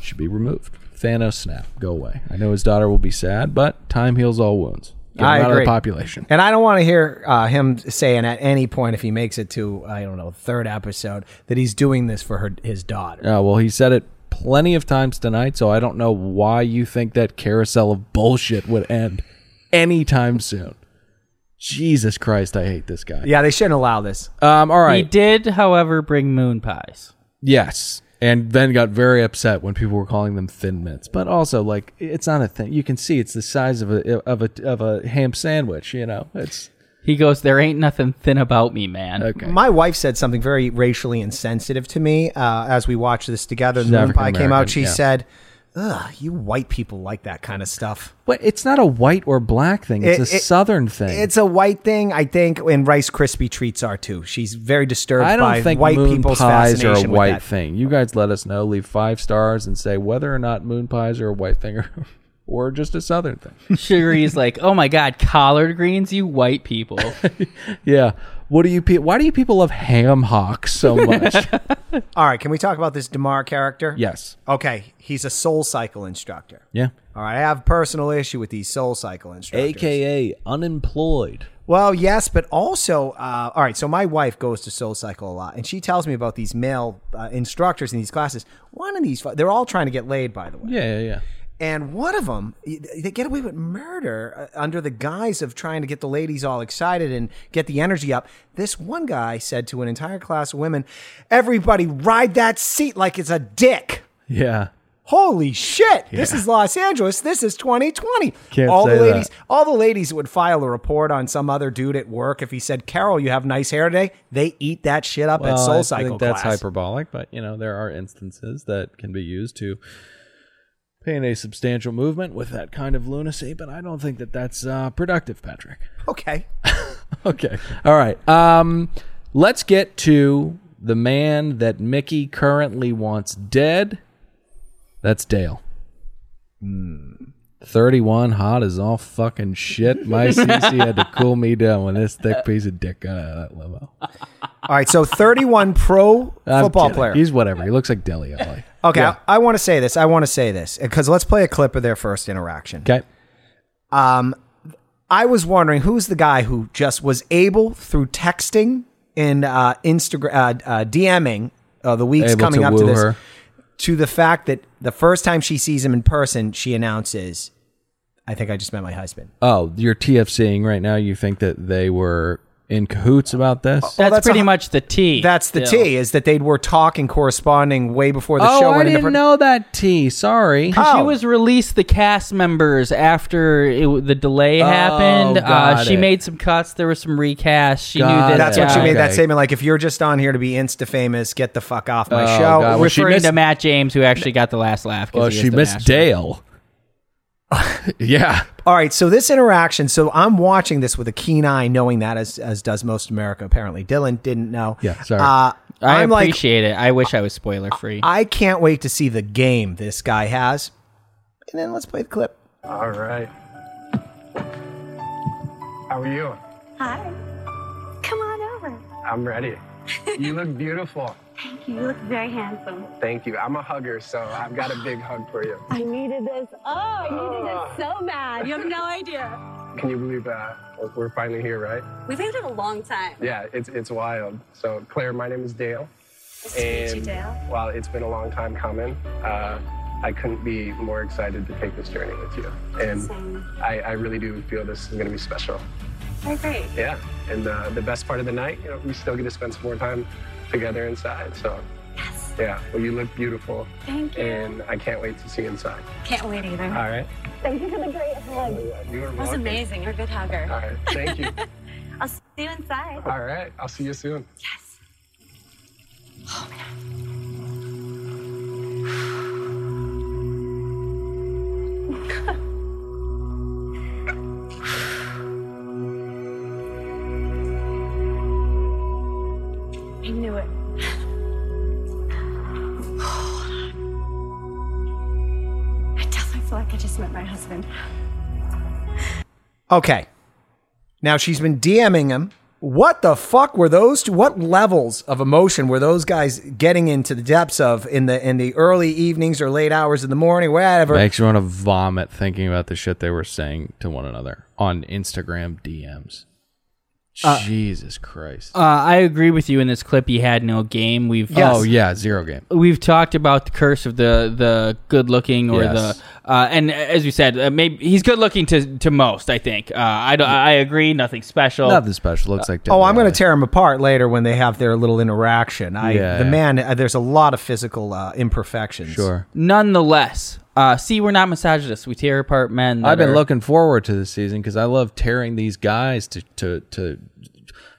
should be removed. Thanos snap, go away. I know his daughter will be sad, but time heals all wounds. Get him I out of the agree. population. And I don't want to hear uh, him saying at any point if he makes it to I don't know third episode that he's doing this for her his daughter. Oh, well, he said it plenty of times tonight, so I don't know why you think that carousel of bullshit would end anytime soon. Jesus Christ, I hate this guy. Yeah, they shouldn't allow this. Um, all He right. did, however, bring moon pies. yes. And then got very upset when people were calling them thin mints. But also, like, it's not a thing. You can see it's the size of a of a of a ham sandwich. You know, it's He goes, "There ain't nothing thin about me, man." okay. My wife said something very racially insensitive to me uh, as we watched this together. The moon pie came out. African-American, She yeah. said, "Ugh, you white people like that kind of stuff." but it's not a white or black thing. It's It- a it- southern thing. It's a white thing, I think, and Rice Krispie treats are too. She's very disturbed I by don't think white moon people's pies are a fascination white with that. thing. You guys let us know. Leave five stars and say whether or not moon pies are a white thing or, or just a southern thing. Sugary like, "Oh my god, collard greens, you white people." yeah. What do you? Pe- why do you people love ham hocks so much? All right, can we talk about this Demar character? yes. Okay, he's a soul cycle instructor. Yeah. All right, I have a personal issue with these soul cycle instructors. AKA unemployed. Well, yes, but also, uh, all right. So my wife goes to Soul Cycle a lot, and she tells me about these male uh, instructors in these classes. One of these, fu- they're all trying to get laid, by the way. Yeah, yeah, yeah. And one of them, they get away with murder uh, under the guise of trying to get the ladies all excited and get the energy up. This one guy said to an entire class of women, "Everybody ride that seat like it's a dick." Yeah. Holy shit! This is Los Angeles. This is 2020. Can't all say the ladies, that. all the ladies would file a report on some other dude at work if he said, "Carol, you have nice hair today." They eat that shit up at Well, Soul I Cycle think that's class. hyperbolic, but you know there are instances that can be used to paint a substantial movement with that kind of lunacy. But I don't think that that's uh, productive, Patrick. okay, okay. All right. Um, let's get to the man that Mickey currently wants dead. That's Dale. Hmm. 31, hot as all fucking shit. My CC had to cool me down when this thick piece of dick got out of that limo. all right. So 31 pro I'm football kidding. player. He's whatever. He looks like Deli Alley. okay, I, want to say this. I want to say this because let's play a clip of their first interaction. Okay. I was wondering who's the guy who just was able through texting and uh, Instagram uh, uh, DMing uh, the weeks Able coming to up woo to this. her. to the fact that the first time she sees him in person, she announces, I think I just met my husband. Oh, you're TFCing right now. You think that they were in cahoots about this? That's, that's pretty a- much the T. That's the Still. T, is that they were talking, corresponding way before the show Oh, I went into didn't pro- know that T. Sorry. She Oh. was released. The cast members after it, w- the delay happened. Oh, Uh, got she it. made some cuts. There was some recasts. She Got knew it. that. uh, That's what she guy- made that Okay. statement like, if you're just on here to be insta famous, get the fuck off my Oh, show. God. Well, she referring missed- to Matt James, who actually got the last laugh. 'cause Well, he is she the missed master. Dale. yeah. All right, so this interaction, so I'm watching this with a keen eye, knowing that as as does most America apparently. Dylan didn't know. Yeah, sorry. Uh, I I'm like, appreciate it. I wish I was spoiler free. I can't wait to see the game this guy has. And then let's play the clip. All right. How are you? Hi. Come on over. I'm ready. You look beautiful. Thank you. You look very handsome. Thank you. I'm a hugger, so I've got a big hug for you. I needed this. Oh, I needed this so bad. You have no idea. Can you believe uh, we're finally here, right? We've been here a long time. Yeah, it's it's wild. So Claire, my name is Dale, Nice to meet you, and Dale. while it's been a long time coming, uh, I couldn't be more excited to take this journey with you. And Same. I, I really do feel this is gonna be special. Very great. Yeah. And uh, the best part of the night, you know, we still get to spend some more time together inside. So Yes. yeah, well, you look beautiful. Thank you. and I can't wait to see inside. Can't wait either. All right. Thank you for the great hug. That You are was welcome. amazing. You're a good hugger. All right. Thank you. I'll see you inside. All right. I'll see you soon. Yes. Oh, like I just met my husband. Okay. Now she's been DMing him. What the fuck were those two? What levels of emotion were those guys getting into the depths of in the in the early evenings or late hours in the morning, whatever? Makes you want to vomit thinking about the shit they were saying to one another on Instagram DMs. Jesus Christ. Uh, I agree with you. In this clip, he had no game. We've uh, Oh, yeah, zero game. We've talked about the curse of the the good looking or Yes. the uh, and as you said, uh, maybe he's good looking to to most. I think. Uh, I don't- I agree. Nothing special. Nothing special. Looks like Oh, I'm going to tear them apart later when they have their little interaction. I Yeah, the yeah. man, uh, there's a lot of physical uh, imperfections. Sure. Nonetheless, uh, see, we're not misogynists. We tear apart men. that I've been are- looking forward to this season because I love tearing these guys to, to, to,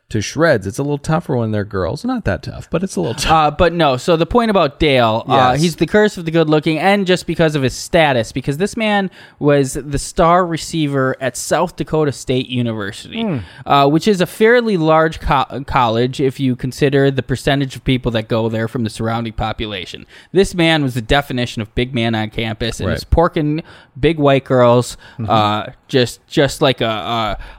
to shreds. It's a little tougher when they're girls. Not that tough, but it's a little tough. Uh, but no, so the point about Dale, uh, Yes. he's the curse of the good looking, and just because of his status, because this man was the star receiver at South Dakota State University, Hmm. uh, which is a fairly large co- college if you consider the percentage of people that go there from the surrounding population. This man was the definition of big man on campus, and Right. Mm-hmm. his porking big white girls, uh, just just like a,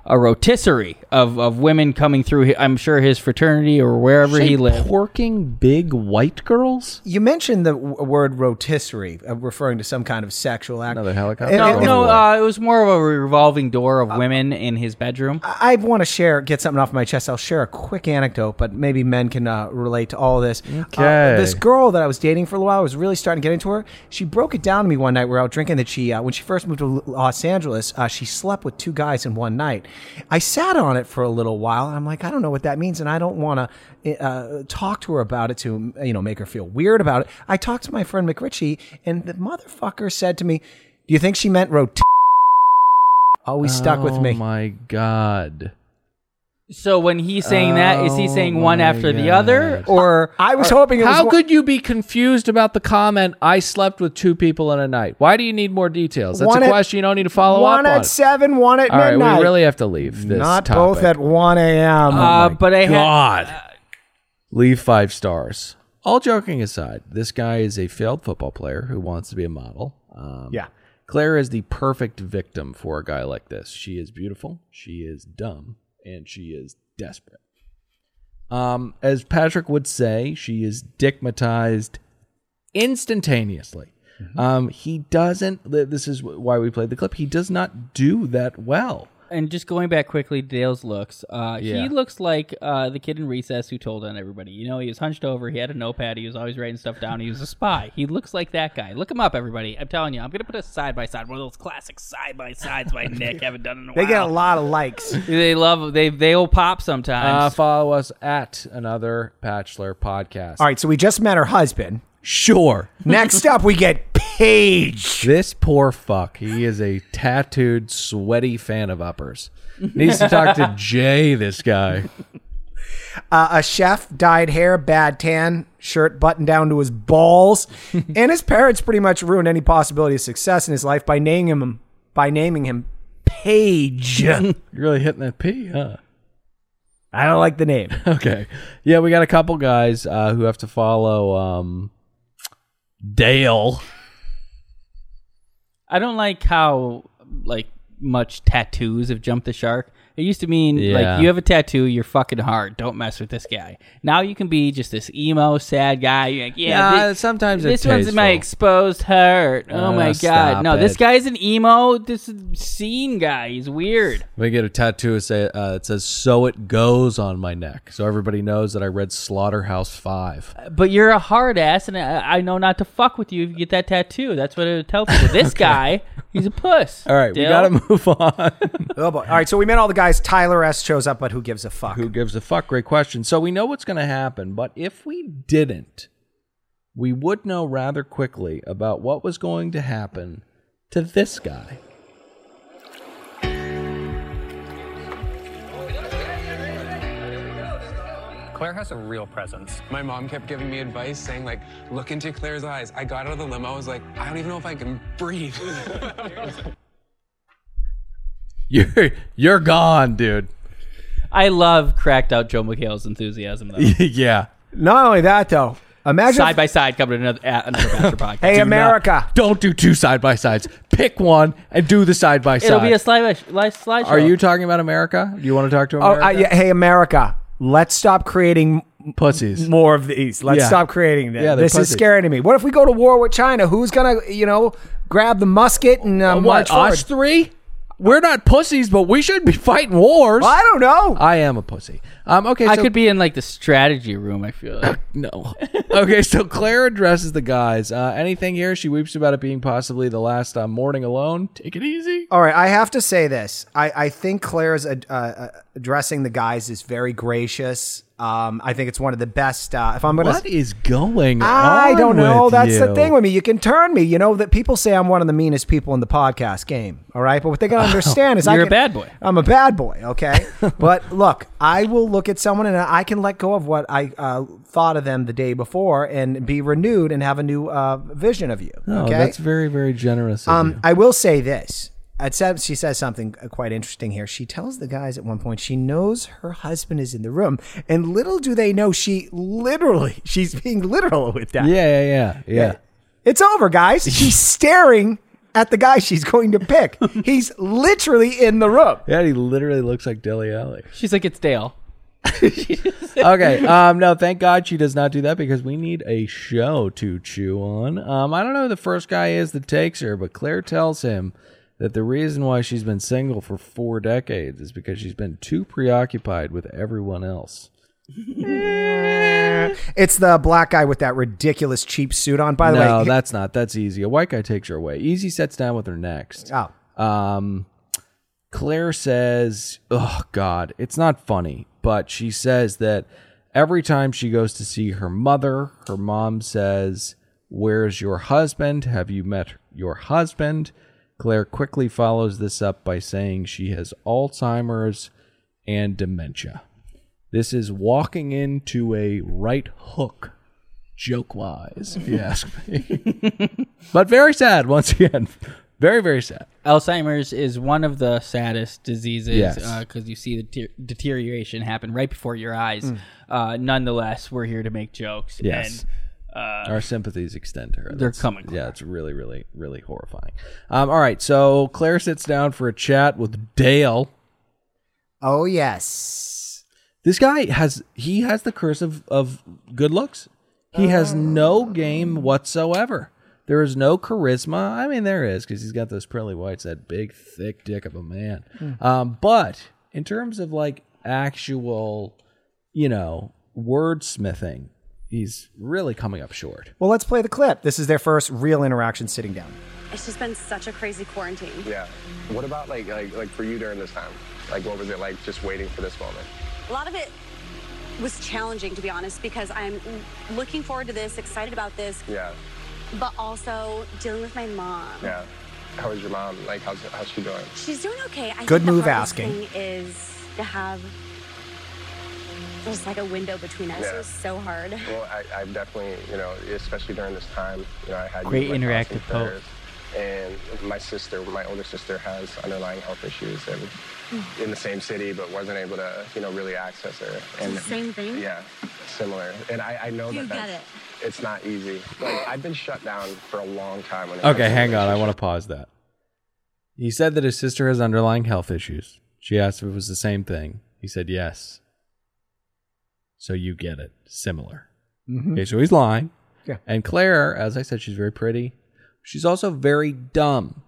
a, a rotisserie of, of women coming through, hi- I'm sure his fraternity or wherever he Say lived. Porking big white girls? You mentioned the w- word rotisserie, uh, referring to some kind of sexual act. Another helicopter. And- No, and- no, Overlord. uh, it was more of a revolving door Uh, of women in his bedroom. I want to share, get something off my chest. I'll share a quick anecdote, but maybe men can uh, relate to all this. Uh, Okay. this girl that I was dating for a little while, I was really starting to get into her. She broke it down to me one night. We were out drinking that she, uh, when she first moved to L- Los Angeles, uh, she slept with two guys in one night. I sat on it for a little while, and I'm like, I don't know what that means, and I don't want to uh, talk to her about it to, you know, make her feel weird about it. I talked to my friend McRitchie, and the motherfucker said to me, "Do you think she meant rot?" Always stuck with me. Oh, my God. So when he's saying that, is he Oh saying one my Oh after the God. other, or I was hoping it was How one- could you be confused about the comment, I slept with two people in a night? Why do you need more details? That's One a at- question you don't need to follow one up at on. seven, one at All right, midnight. we really have to leave this Not topic. Um, both at one a.m. uh, but I had, God. Leave five stars. All joking aside, this guy is a failed football player who wants to be a model. Um, Yeah. Claire is the perfect victim for a guy like this. She is beautiful, she is dumb, and she is desperate. Um, as Patrick would say, she is dickmatized instantaneously. Um, he doesn't. th- This is wh- why we played the clip. He does not do that well. and just going back quickly, to Dale's looks. Uh, Yeah. He looks like uh, the kid in recess who told on everybody. You know, he was hunched over, he had a notepad, he was always writing stuff down. He was a spy. He looks like that guy. Look him up, everybody. I'm telling you, I'm gonna put a side by side, one of those classic side by sides by Nick. Haven't done in a they while. get a lot of likes. They love. They they'll pop Uh, sometimes. follow us at another Bachelor podcast. All right, so we just met her husband. Sure. Next up, we get Paige. This poor fuck. He is a tattooed, sweaty fan of uppers. Needs to talk to Jay, this guy. Uh, a chef, dyed hair, bad tan, shirt buttoned down to his balls, and his parents pretty much ruined any possibility of success in his life by naming him by naming him Paige. I You're really hitting that P, huh? don't like the name. Okay. Yeah, we got a couple guys uh, who have to follow um, Dale. I don't like how like much tattoos have jumped the shark. It used to mean Yeah. like you have a tattoo, you're fucking hard. Don't mess with this guy. Now you can be just this emo, sad guy. You're like, yeah, Yeah, thi- sometimes this it's one's my tasteful. exposed heart. Oh Uh, my god, stop no, this it. guy's an emo. This is scene guy. He's weird. We get a tattoo that say, uh, it says, So it goes on my neck. So everybody knows that I read Slaughterhouse 5. But you're a hard ass, and I, I know not to fuck with you if you get that tattoo. That's what it would tell people. This guy, he's a puss. All right, we Dale. got to move on. Oh boy. All right, so we met all the guys. Tyler S shows up, but who gives a fuck? Who gives a fuck? Great question. So we know what's going to happen, but if we didn't, we would know rather quickly about what was going to happen to this guy. Claire has a real presence. My mom kept giving me advice saying, like, look into Claire's eyes. I got out of the limo. I was like, I don't even know if I can breathe. You're you're gone, dude. I love cracked out Joe McHale's enthusiasm though. yeah. Not only that, though, Imagine side by side coming to another, uh, another Bachelor podcast. Do Do not- not- Uh, don't do two side by sides. Pick one and do the side by side. It'll be a slide by slide. Are you talking about America? Do you want to talk to Oh, America? uh, yeah, hey America, let's stop creating pussies. More of these. Let's Yeah. stop creating them. Yeah, they're this pussies. is scary to me. What if we go to war with China? Who's gonna, you know, grab the musket and uh, What, march us forward? three? We're not pussies, but we should be fighting wars. I don't know. I am a pussy. Um, okay, I so- could be in like the strategy room. I feel like no. okay, so Claire addresses the guys. Uh, anything here? She weeps about it being possibly the last uh, morning alone. Take it easy. All right, I have to say this. I, I think Claire's ad- uh, uh, addressing the guys is very gracious. Um, I think it's one of the best. Uh, if I'm gonna, What is going on? I don't know. with That's the you? thing with me. You can turn me. You know that people say I'm one of the meanest people in the podcast game. All right, but what they Oh, gotta understand is I you're a can- bad boy. I'm a bad boy, okay? but look, I will look at someone and I can let go of what I uh, thought of them the day before and be renewed and have a new uh, vision of you. No, okay? Oh, that's very, very generous. Of Um, I will say this. It says, she says something uh, quite interesting here. She tells the guys at one point she knows her husband is in the room, and little do they know she literally she's being literal with that. you. Yeah, yeah, yeah, yeah. It's over, guys. She's staring at the guy she's going to pick. He's literally in the room. Yeah, he literally looks like Deli Alley. she's like it's Dale. okay. Um, no, thank God she does not do that because we need a show to chew on. Um, I don't know who the first guy is that takes her, but Claire tells him that the reason why she's been single for four decades is because she's been too preoccupied with everyone else. It's the black guy with that ridiculous cheap suit on. By the no, way, that's not. That's easy. A white guy takes her away. Easy sets down with her next. Oh. Um, Claire says, "Oh God, it's not funny," but she says that every time she goes to see her mother, her mom says, "Where's your husband? Have you met your husband?" Claire quickly follows this up by saying she has Alzheimer's and dementia. This is walking into a right hook, joke wise, if you ask me. but very sad once again. Very, very sad. Alzheimer's is one of the saddest diseases Yes. because you see the ter- deterioration happen right before your eyes. Uh, nonetheless, we're here to make jokes. Mm. Yes. And, uh, Our sympathies extend to her. They're coming Yeah, it's really, really, really horrifying. Um, all right, so Claire sits down for a chat with Dale. oh yes, This guy has he has the curse of, of good looks. He has no game whatsoever. There is no charisma. I mean, there is because he's got those pearly whites, that big, thick dick of a man. Hmm. Um, but in terms of like actual, you know, wordsmithing, he's really coming up short. well, let's play the clip. This is their first real interaction sitting down. It's just been such a crazy quarantine. Yeah. What about like like like for you during this time? Like what was it like just waiting for this moment? A lot of it was challenging, to be honest, because I'm looking forward to this, excited about this, Yeah. but also dealing with my mom. Yeah. How was your mom? Like how's how's she doing? She's doing okay. I Good think the move hardest asking. Thing is to have just like a window between us. It Yeah. was so hard. Well, I, I've definitely, you know, especially during this time, you know, I had you Great in my thoughts and interactive poke. prayers. And my sister, my older sister, has underlying health issues and in the same city, but wasn't able to, you know, really access her. And the same thing? Yeah, similar. And I, I know You get that that's, it's not easy. Like I've been shut down for a long time. When it comes Okay, to hang on. I want to pause that. He said that his sister has underlying health issues. She asked if it was the same thing. He said yes. So you get it. Similar. Mhm. Okay, so he's lying. Yeah. And Claire, as I said, she's very pretty. She's also very dumb.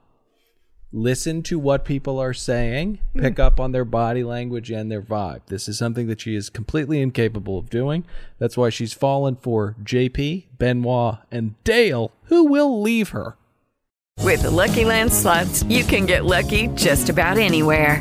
Listen to what people are saying, pick up on their body language and their vibe. This is something that she is completely incapable of doing. That's why she's fallen for JP, Benoit, and Dale, who will leave her. With the Lucky Land slots, you can get lucky just about anywhere.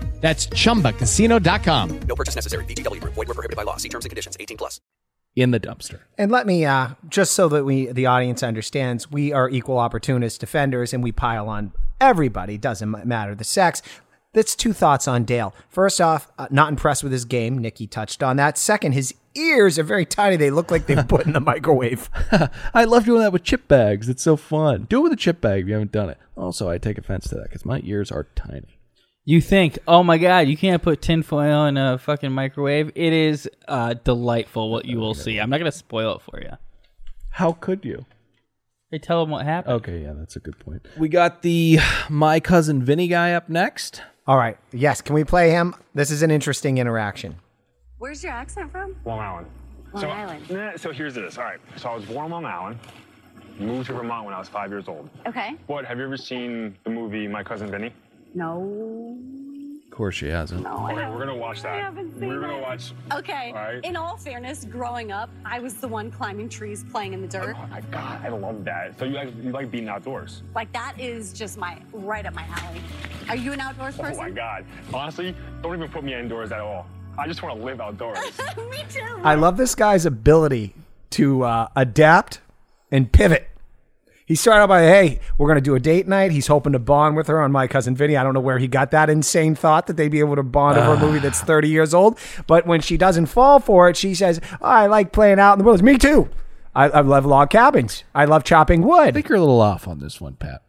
That's chumbacasino.com. No purchase necessary. VGW Group. Void were prohibited by law. See terms and conditions. 18 plus. in the dumpster. And let me uh, just so that we the audience understands, we are equal opportunist defenders, and we pile on everybody. Doesn't m- matter the sex. That's two thoughts on Dale. First off, uh, not impressed with his game. Nikki touched on that. Second, his ears are very tiny. They look like they've put in the microwave. I love doing that with chip bags. It's so fun. Do it with a chip bag if you haven't done it. Also, I take offense to that because my ears are tiny. You think, oh my god, you can't put tinfoil in a fucking microwave. It is uh, delightful what you will see. I'm not gonna spoil it for you. How could you? They tell them what happened. Okay, yeah, that's a good point. We got the my cousin Vinny guy up next. All right. Yes. Can we play him? This is an interesting interaction. Where's your accent from? Long Island. Long so, Island. Nah, so here's this. All right. So I was born in Long Island, moved to Vermont when I was five years old. Okay. What? Have you ever seen the movie My Cousin Vinny? No. Of course, she hasn't. All right, we're gonna watch that. I haven't seen we're gonna that. watch. Okay. All right. In all fairness, growing up, I was the one climbing trees, playing in the dirt. I, God, I love that. So you like you like being outdoors? Like that is just my right up my alley. Are you an outdoors person? Oh my God. Honestly, don't even put me indoors at all. I just want to live outdoors. me too. I love this guy's ability to uh, adapt and pivot. He started out by, hey, we're going to do a date night. He's hoping to bond with her on My Cousin Vinny. I don't know where he got that insane thought that they'd be able to bond over a movie that's 30 years old. But when she doesn't fall for it, she says, oh, I like playing out in the woods. Me too. I, I love log cabins. I love chopping wood. I think you're a little off on this one, Pat.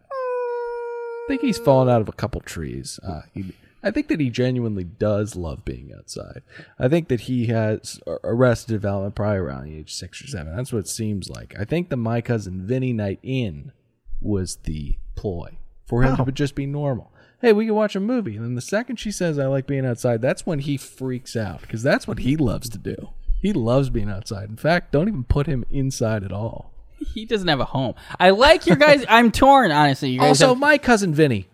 I think he's fallen out of a couple trees. Uh, he, I think that he genuinely does love being outside. I think that he has a- arrested development probably around the age six or seven. That's what it seems like. I think the my cousin Vinny night in was the ploy for him Oh. to just be normal. Hey, we can watch a movie. And then the second she says, I like being outside, that's when he freaks out because that's what he loves to do. He loves being outside. In fact, don't even put him inside at all. He doesn't have a home. I like your guys. I'm torn, honestly. You guys Also, have- my cousin Vinny,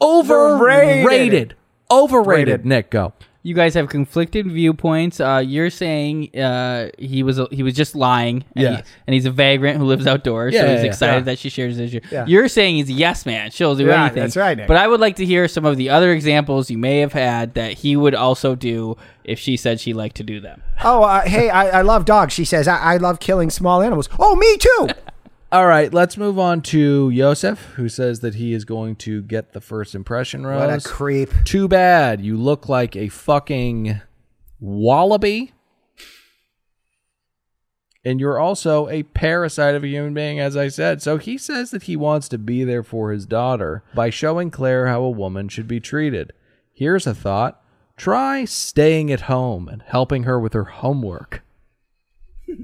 overrated. Overrated. Overrated. Nick, go. You guys have conflicted viewpoints. Uh, you're saying uh, he was he was just lying, and, he- Yes. and he's a vagrant who lives outdoors, so Yeah, he's yeah, excited yeah. that she shares his issue. Yeah. You're saying he's a yes man. She'll do Yeah, anything. that's right, Nick. But I would like to hear some of the other examples you may have had that he would also do if she said she liked to do them. Oh, uh, hey, I, I love dogs. She says, I, I love killing small animals. Oh, me too. All right, let's move on to Yosef, who says that he is going to get the first impression rose. What a creep. Too bad. You look like a fucking wallaby. And you're also a parasite of a human being, as I said. So he says that he wants to be there for his daughter by showing Claire how a woman should be treated. Here's a thought try staying at home and helping her with her homework.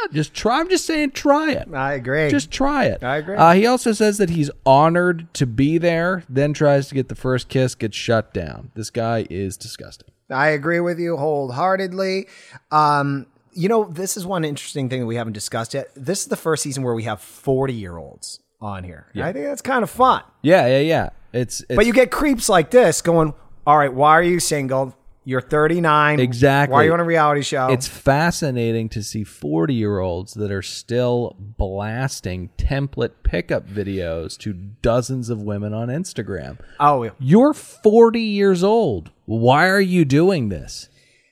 Yeah, Just try. I'm just saying, try it. I agree. Just try it. I agree. Uh, he also says that he's honored to be there, then tries to get the first kiss, gets shut down. This guy is disgusting. I agree with you wholeheartedly. Um, you know, this is one interesting thing that we haven't discussed yet. This is the first season where we have 40 year olds on here. And I think that's kind of fun. Yeah, yeah, yeah. It's, it's but you get creeps like this going, all right, why are you single? You're 39. Exactly. Why are you on a reality show? It's fascinating to see 40 year olds that are still blasting template pickup videos to dozens of women on Instagram. Oh, yeah. you're 40 years old. Why are you doing this?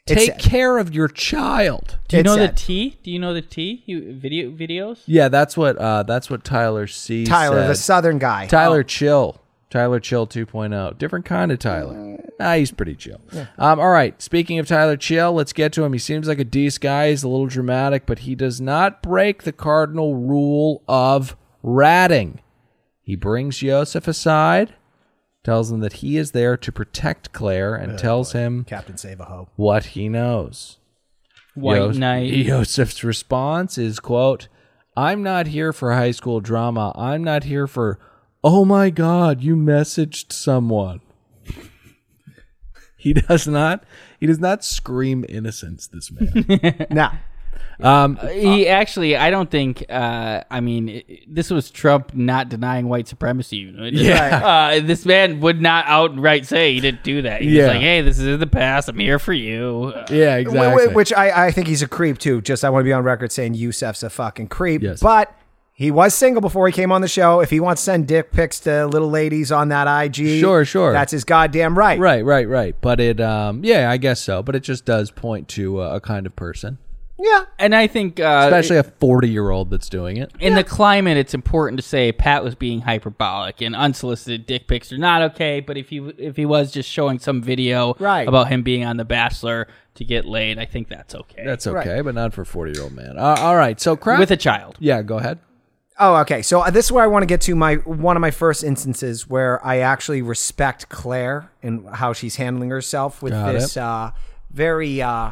It's Take care of your child. Do you know the T? Do you know the T? You video videos? Yeah, that's what uh, that's what Tyler C. Tyler, the said. Southern guy. Tyler Chill. Tyler Chill 2.0. Different kind of Tyler. Nah, he's pretty chill. Um, all right. Speaking of Tyler Chill, let's get to him. He seems like a decent guy. He's a little dramatic, but he does not break the cardinal rule of ratting. He brings Joseph aside, tells him that he is there to protect Claire, and tells him Captain Save a Ho. what he knows. White Knight. Yosef's response is quote, I'm not here for high school drama. I'm not here for oh my god, you messaged someone. He does not. He does not scream innocence. This man. no. Um, he actually, I don't think. Uh, I mean, it- this was Trump not denying white supremacy. Yeah. uh, this man would not outright say he didn't do that. He Yeah. was like, "Hey, this is in the past. I'm here for you." Uh, Yeah, Wh- wh- Which I, I think he's a creep too. Just I want to be on record saying Yusef's a fucking creep. But he was single before he came on the show. If he wants to send dick pics to little ladies on that IG, Sure, sure. that's his goddamn right. Right, right, right. But it, um, yeah, I guess so. But it just does point to uh, a kind of person, Yeah, and I think, uh, especially a forty-year-old that's doing it. in the climate, it's important to say Pat was being hyperbolic and unsolicited dick pics are not okay. But if he if he was just showing some video Right. about him being on The Bachelor to get laid, I think that's okay. That's okay, but not for a forty-year-old man. Uh, all right, so crap With a child. Yeah, go ahead. Oh, okay. So uh, this is where I want to get to my one of my first instances where I actually respect Claire and how she's handling herself with Got this it. uh, very uh,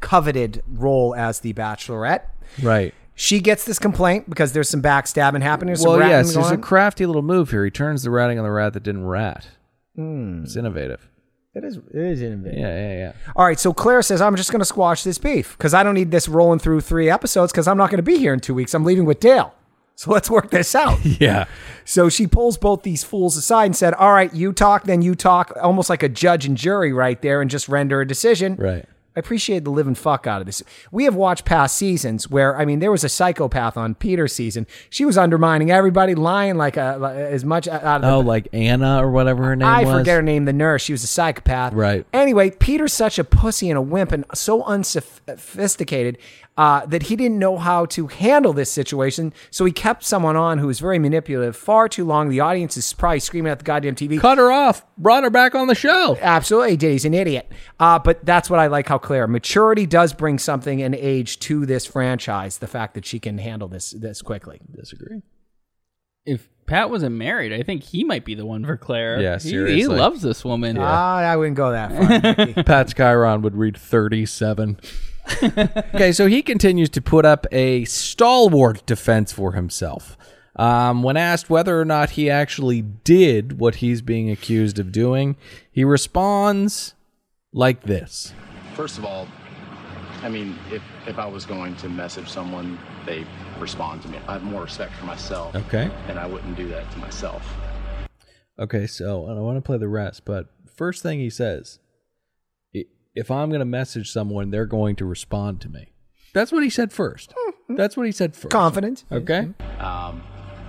coveted role as the Bachelorette. Right. She gets this complaint because there's some backstabbing happening. There's well, some ratting yes, going there's a on. crafty little move here. He turns the ratting on the rat that didn't rat. It's innovative. It is, it is innovative. Yeah, yeah, yeah. All right, so Claire says, I'm just going to squash this beef because I don't need this rolling through three episodes because I'm not going to be here in two weeks. I'm leaving with Dale. So let's work this out. Yeah. So she pulls both these fools aside and said, All right, you talk, then you talk, almost like a judge and jury right there, and just render a decision. Right. I appreciate the living fuck out of this. We have watched past seasons where, I mean, there was a psychopath on Peter's season. She was undermining everybody, lying like a, like as much out of Oh, the, like Anna or whatever her name I was. forget her name, the nurse. She was a psychopath. Right. Anyway, Peter's such a pussy and a wimp and so unsophisticated uh, that he didn't know how to handle this situation. So he kept someone on who was very manipulative far too long. The audience is probably screaming at the goddamn TV. Cut her off. Brought her back on the show. Absolutely, he did. He's an idiot. Uh, but that's what I like how Claire maturity does bring something in age to this franchise. The fact that she can handle this this quickly. Disagree. if Pat wasn't married, I think he might be the one for Claire. Yeah, He- He, seriously. loves this woman. Ah, I wouldn't go that far. Pat Skyron would read 37. okay, so he continues to put up a stalwart defense for himself. Um, when asked whether or not he actually did what he's being accused of doing, he responds like this. First of all, I mean, if, if I was going to message someone, they respond to me. I have more respect for myself. Okay. And I wouldn't do that to myself. Okay, so and I want to play the rest, but first thing he says, "I- if I'm going to message someone, they're going to respond to me. That's what he said first. That's what he said first. Confident. Okay. Um,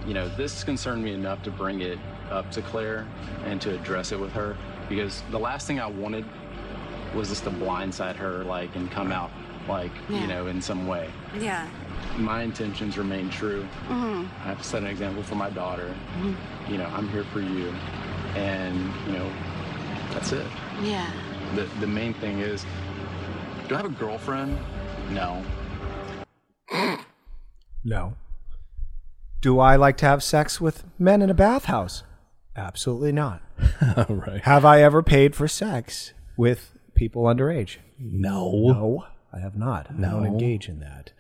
you know, this concerned me enough to bring it up to Claire and to address it with her because the last thing I wanted was just to blindside her, like, and come out, like, Yeah. you know, in some way. Yeah. My intentions remain true. Mhm. I have to set an example for my daughter. You know, I'm here for you. And, you know, that's it. Yeah. The, the main thing is, do I have a girlfriend? No. No. Do I like to have sex with men in a bathhouse? Absolutely not. right. Have I ever paid for sex with people underage? No. No, I have not. I don't No. engage in that.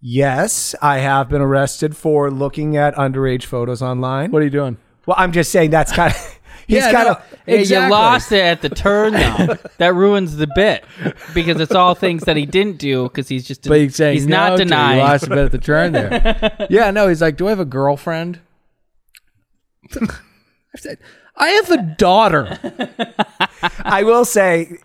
Yes, I have been arrested for looking at underage photos online. What are you doing? Well, I'm just saying that's kind of. He's Yeah, kind no, of. hey, You lost it at the turn, though. that ruins the bit because it's all things that he didn't do because he's just But he's saying he's not no to- you denying. lost a bit at the turn there. yeah, no, he's like, do I have a girlfriend? I said, I have a daughter. I will say,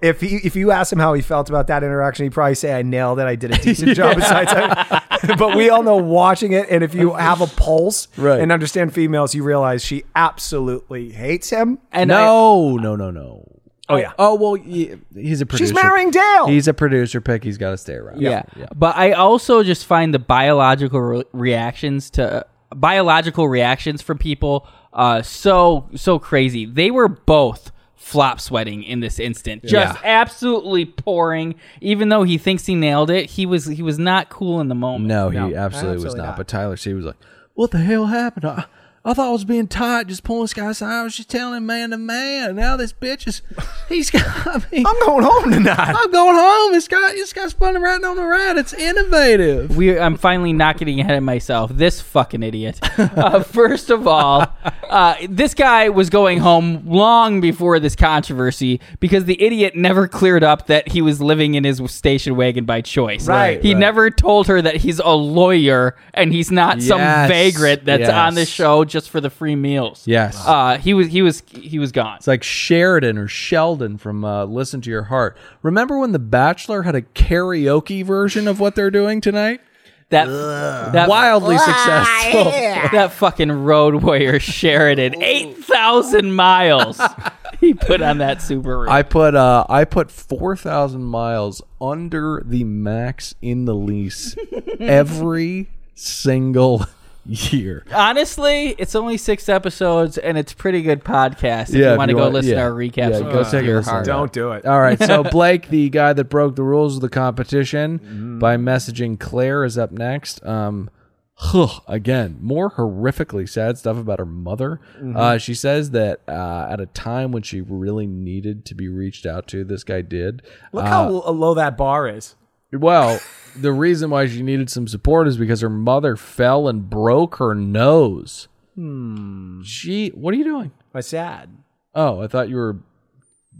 if he, if you ask him how he felt about that interaction, he'd probably say, "I nailed it. I did a decent job." Besides, I-" but we all know watching it, and if you have a pulse Right. and understand females, you realize she absolutely hates him. And no, no, no, no. Oh, yeah. Oh well, yeah, he's a producer. She's marrying Dale. He's a producer pick. He's got to stay around. Yeah. But I also just find the biological re- reactions to biological reactions from people uh, so so crazy. They were both flop sweating in this instant. Just absolutely pouring. Even though he thinks he nailed it, he was he was not cool in the moment. No, he absolutely, was not. But Tyler C was like, "What the hell happened? I, I thought I was being tight, just pulling this guy aside. I was just telling him man to man. Now this bitch is, he's got. I mean, I'm going home tonight. I'm going home. This guy, this guy's spun right on the right. It's innovative. We, I'm finally not getting ahead of myself. This fucking idiot. Uh, first of all, uh, this guy was going home long before this controversy because the idiot never cleared up that he was living in his station wagon by choice. Right, He right. never told her that he's a lawyer and he's not some Yes, vagrant that's on the yes. show just for the free meals. Yes. Uh, he was. He was. He was gone. It's like Sheridan or Sheldon from uh, Listen to Your Heart. Remember when The Bachelor had a karaoke version of what they're doing tonight? That, that wildly successful. Oh, That fucking road warrior Sheridan, eight thousand miles he put on that Subaru. I put uh, I put four thousand miles under the max in the lease every single year. Honestly, it's only six episodes, and it's pretty good podcast. If Yeah, you if want to you go want- listen to yeah. our recaps, Yeah, of go take Listen to a Your listen. Heart. Don't do it. All right, so Blake, the guy that broke the rules of the competition Mm-hmm. by messaging Claire, is up next. Um, huh, again, more horrifically sad stuff about her mother. Mm-hmm. Mhm. Uh, she says that uh, at a time when she really needed to be reached out to, this guy did. Look Uh, how l- low that bar is. well, the reason why she needed some support is because her mother fell and broke her nose. Hmm. She, what are you doing? Why sad? Oh, I thought you were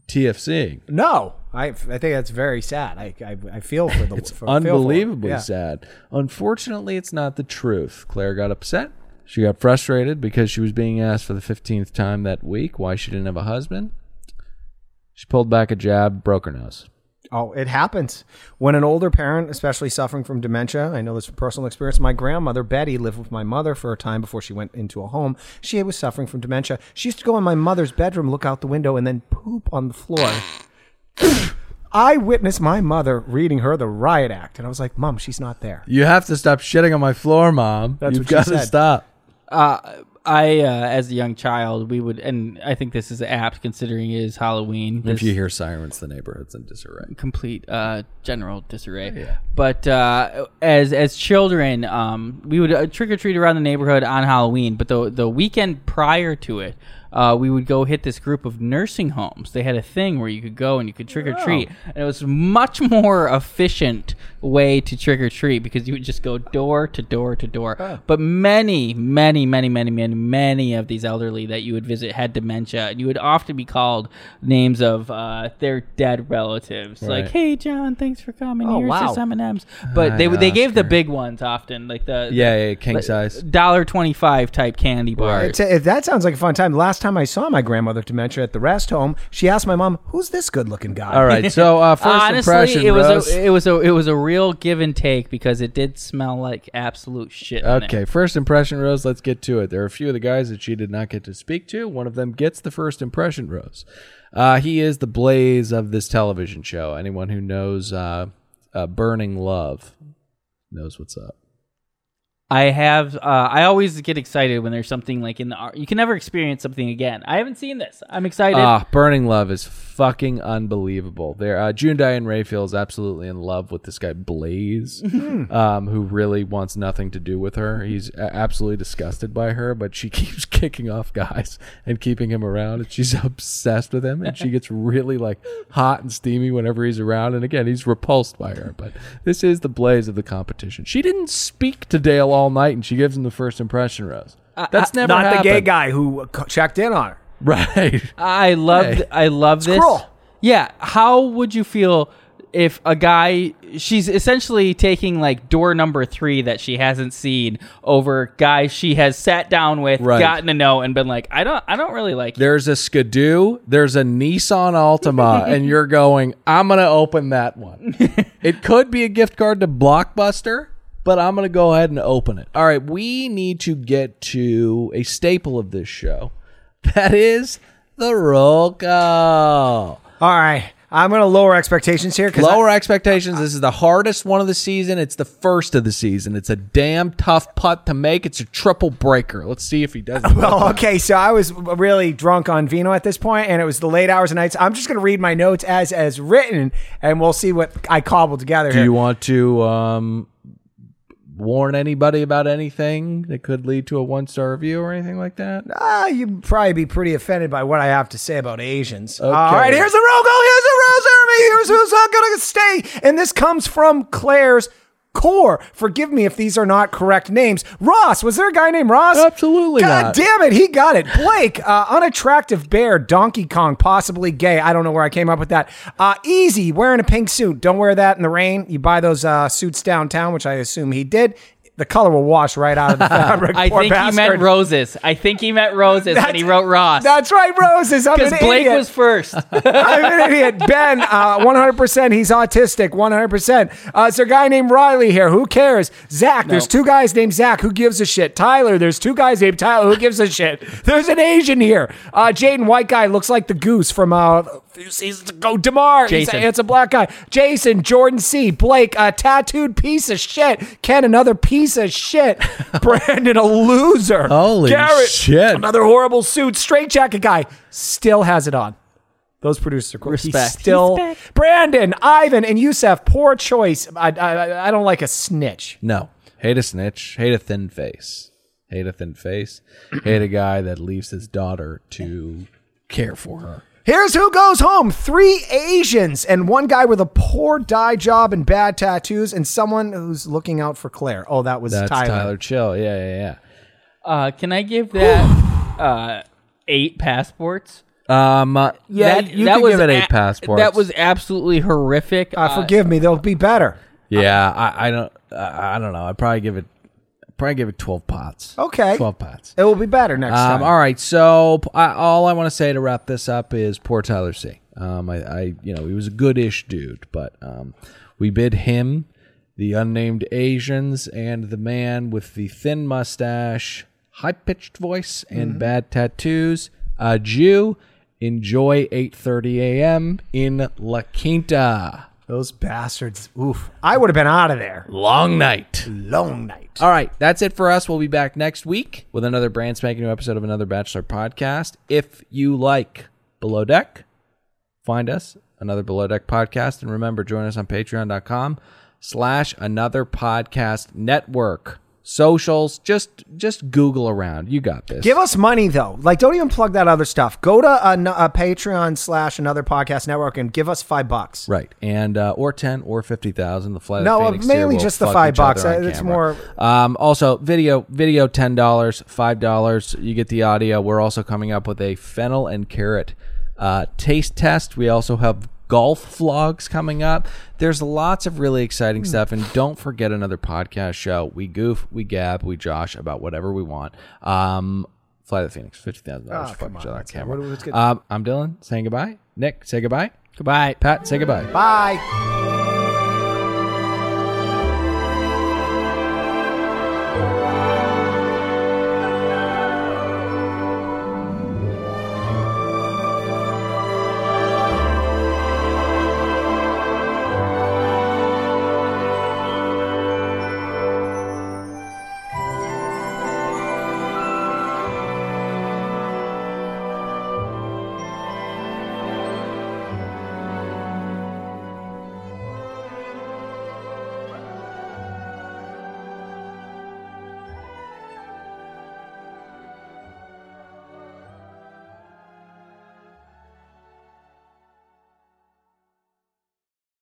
TFCing. No, I, I think that's very sad. I, I, I feel for the It's for- feel for it. unbelievably Yeah. sad. Unfortunately, it's not the truth. Claire got upset. She got frustrated because she was being asked for the 15th time that week why she didn't have a husband. She pulled back a jab, broke her nose. Oh, it happens. When an older parent, especially suffering from dementia, I know this from personal experience. My grandmother, Betty, lived with my mother for a time before she went into a home. She was suffering from dementia. She used to go in my mother's bedroom, look out the window, and then poop on the floor. I witnessed my mother reading her the riot act, and I was like, Mom, she's not there. You have to stop shitting on my floor, mom. That's You've what she got to said. stop. uh, I, uh, as a young child, we would, and I think this is apt considering it is Halloween. This If you hear sirens, the neighborhood's in disarray. complete uh, general disarray. Yeah. But uh, as as children, um, we would uh, trick or treat around the neighborhood on Halloween. But the the weekend prior to it, uh, we would go hit this group of nursing homes. They had a thing where you could go and you could trick or treat, and it was much more efficient way to trick or treat because you would just go door to door to door. But many, many, many, many, many, many of these elderly that you would visit had dementia, and you would often be called names of uh, their dead relatives, like Right. "Hey, John, thanks for coming. Oh, Here's wow. this M&Ms." But Hi, they they gave the Oscar. big ones often, like the Yeah, yeah, king size. dollar twenty five type candy bar. It's a- if that sounds like a fun time, last time I saw my grandmother with dementia at the rest home, she asked my mom, "Who's this good-looking guy?" All right, so uh, first Honestly, impression, it was Rose. a it was a it was a real give and take because it did smell like absolute shit. in it. Okay, first impression rose. Let's get to it. There are a few of the guys that she did not get to speak to. One of them gets the first impression rose. Uh, he is the blaze of this television show. Anyone who knows uh, uh, Burning Love knows what's up. I have. Uh, I always get excited when there's something like in the art. You can never experience something again. I haven't seen this. I'm excited. Ah, Burning Love is fucking unbelievable. There, uh, June Diane Raphael is absolutely in love with this guy Blaze, Mhm. um, who really wants nothing to do with her. He's a- absolutely disgusted by her, but she keeps kicking off guys and keeping him around, and she's obsessed with him. And she gets really like hot and steamy whenever he's around. And again, he's repulsed by her. But this is the Blaze of the competition. She didn't speak to Dale all night, and she gives him the first impression rose. Uh, That's never not the gay happened. guy who uh, checked in on her. right. I love. Hey. I love this. cruel. Yeah. How would you feel if a guy? She's essentially taking like door number three that she hasn't seen over guys she has sat down with, Right. gotten to know, and been like, I don't. I don't really like. you. There's a Skidoo. There's a Nissan Altima, and you're going. I'm gonna open that one. it could be a gift card to Blockbuster, but I'm gonna go ahead and open it. All right, we need to get to a staple of this show. That is the roll call. All right. I'm going to lower expectations here. 'cause Lower expectations. This is the hardest one of the season. It's the first of the season. It's a damn tough putt to make. It's a triple breaker. Let's see if he does. it. Well, okay, so I was really drunk on vino at this point, and it was the late hours of nights. I'm just going to read my notes as as written, and we'll see what I cobbled together Do here. you want to um, warn anybody about anything that could lead to a one star review or anything like that? Ah, you'd probably be pretty offended by what I have to say about Asians. All right, here's a Rogo, here's a Rose Army, here's who's not going to stay. And this comes from Claire's core. Forgive me if these are not correct names. Ross, was there a guy named Ross? Absolutely God not. damn it, he got it. Blake, uh, unattractive bear, Donkey Kong, possibly gay. I don't know where I came up with that. Uh, easy, wearing a pink suit. Don't wear that in the rain. You buy those uh, suits downtown, which I assume he did. The color will wash right out of the fabric. I Poor think bastard. he meant roses. I think he meant roses when he wrote Ross. That's right, roses. I'm Because an Blake idiot. was first. I'm an idiot. Ben, uh, 100%. He's autistic. 100%. Uh, there's a guy named Riley here. Who cares? Zach, there's two guys named Zach. Who gives a shit? Tyler, there's two guys named Tyler. Who gives a shit? There's an Asian here. Uh, Jaden, white guy, looks like the goose from uh, a few seasons ago. Damar, he's a- Jason. it's a black guy. Jason, Jordan C. Blake, a tattooed piece of shit. Ken, another piece of shit. Brandon, a loser. Holy Garrett, shit. Another horrible suit. Straight jacket guy still has it on. Those producers are cool. He Respect. Still, Brandon, Ivan, and Yusef. Poor choice. I, I, I don't like a snitch. No. Hate a snitch. Hate a thin face. Hate a thin face. hate a guy that leaves his daughter to care for her. Here's who goes home: three Asians and one guy with a poor dye job and bad tattoos, and someone who's looking out for Claire. Oh, that was That's Tyler. Tyler. Chill. Yeah, yeah, yeah. Uh, can I give that uh, eight passports? Um, uh, Yeah, that, you could give it eight passports. That was absolutely horrific. Uh, forgive me; they'll be better. Yeah, I, I don't. I I don't know. I'd probably give it. Probably give it twelve pots. Okay, twelve pots. It will be better next Um, time. all right. So p- I, all I want to say to wrap this up is poor Tyler C. Um, I, I, you know, he was a good-ish dude, but um, we bid him, the unnamed Asians, and the man with the thin mustache, high-pitched voice, and Mhm. bad tattoos, a Jew. Enjoy 8:30 a.m. in La Quinta. Those bastards. Oof. I would have been out of there. Long night. Long night. All right, that's it for us. We'll be back next week with another brand spanking new episode of another Bachelor podcast. If you like Below Deck, find us another Below Deck podcast, and remember, join us on Patreon.com slash Another Podcast Network. Socials, just just Google around. You got this. Give us money though. Like, don't even plug that other stuff. Go to a, a Patreon slash another podcast network and give us five bucks. Right, and uh, or ten or fifty thousand. The flight. of No, uh, Phoenix mainly here will just the fuck five each other bucks. on Uh, it's camera. more- Um, also, video video ten dollars, five dollars. You get the audio. We're also coming up with a fennel and carrot uh, taste test. We also have golf vlogs coming up. There's lots of really exciting Hmm. stuff, and don't forget another podcast show. We goof, we gab, we josh about whatever we want. Um, Fly the Phoenix, fifty thousand Oh, dollars. come Fuck each other on camera. what- what's good? Um, I'm Dylan saying goodbye. Nick, say goodbye. Goodbye. Pat, say goodbye. Bye.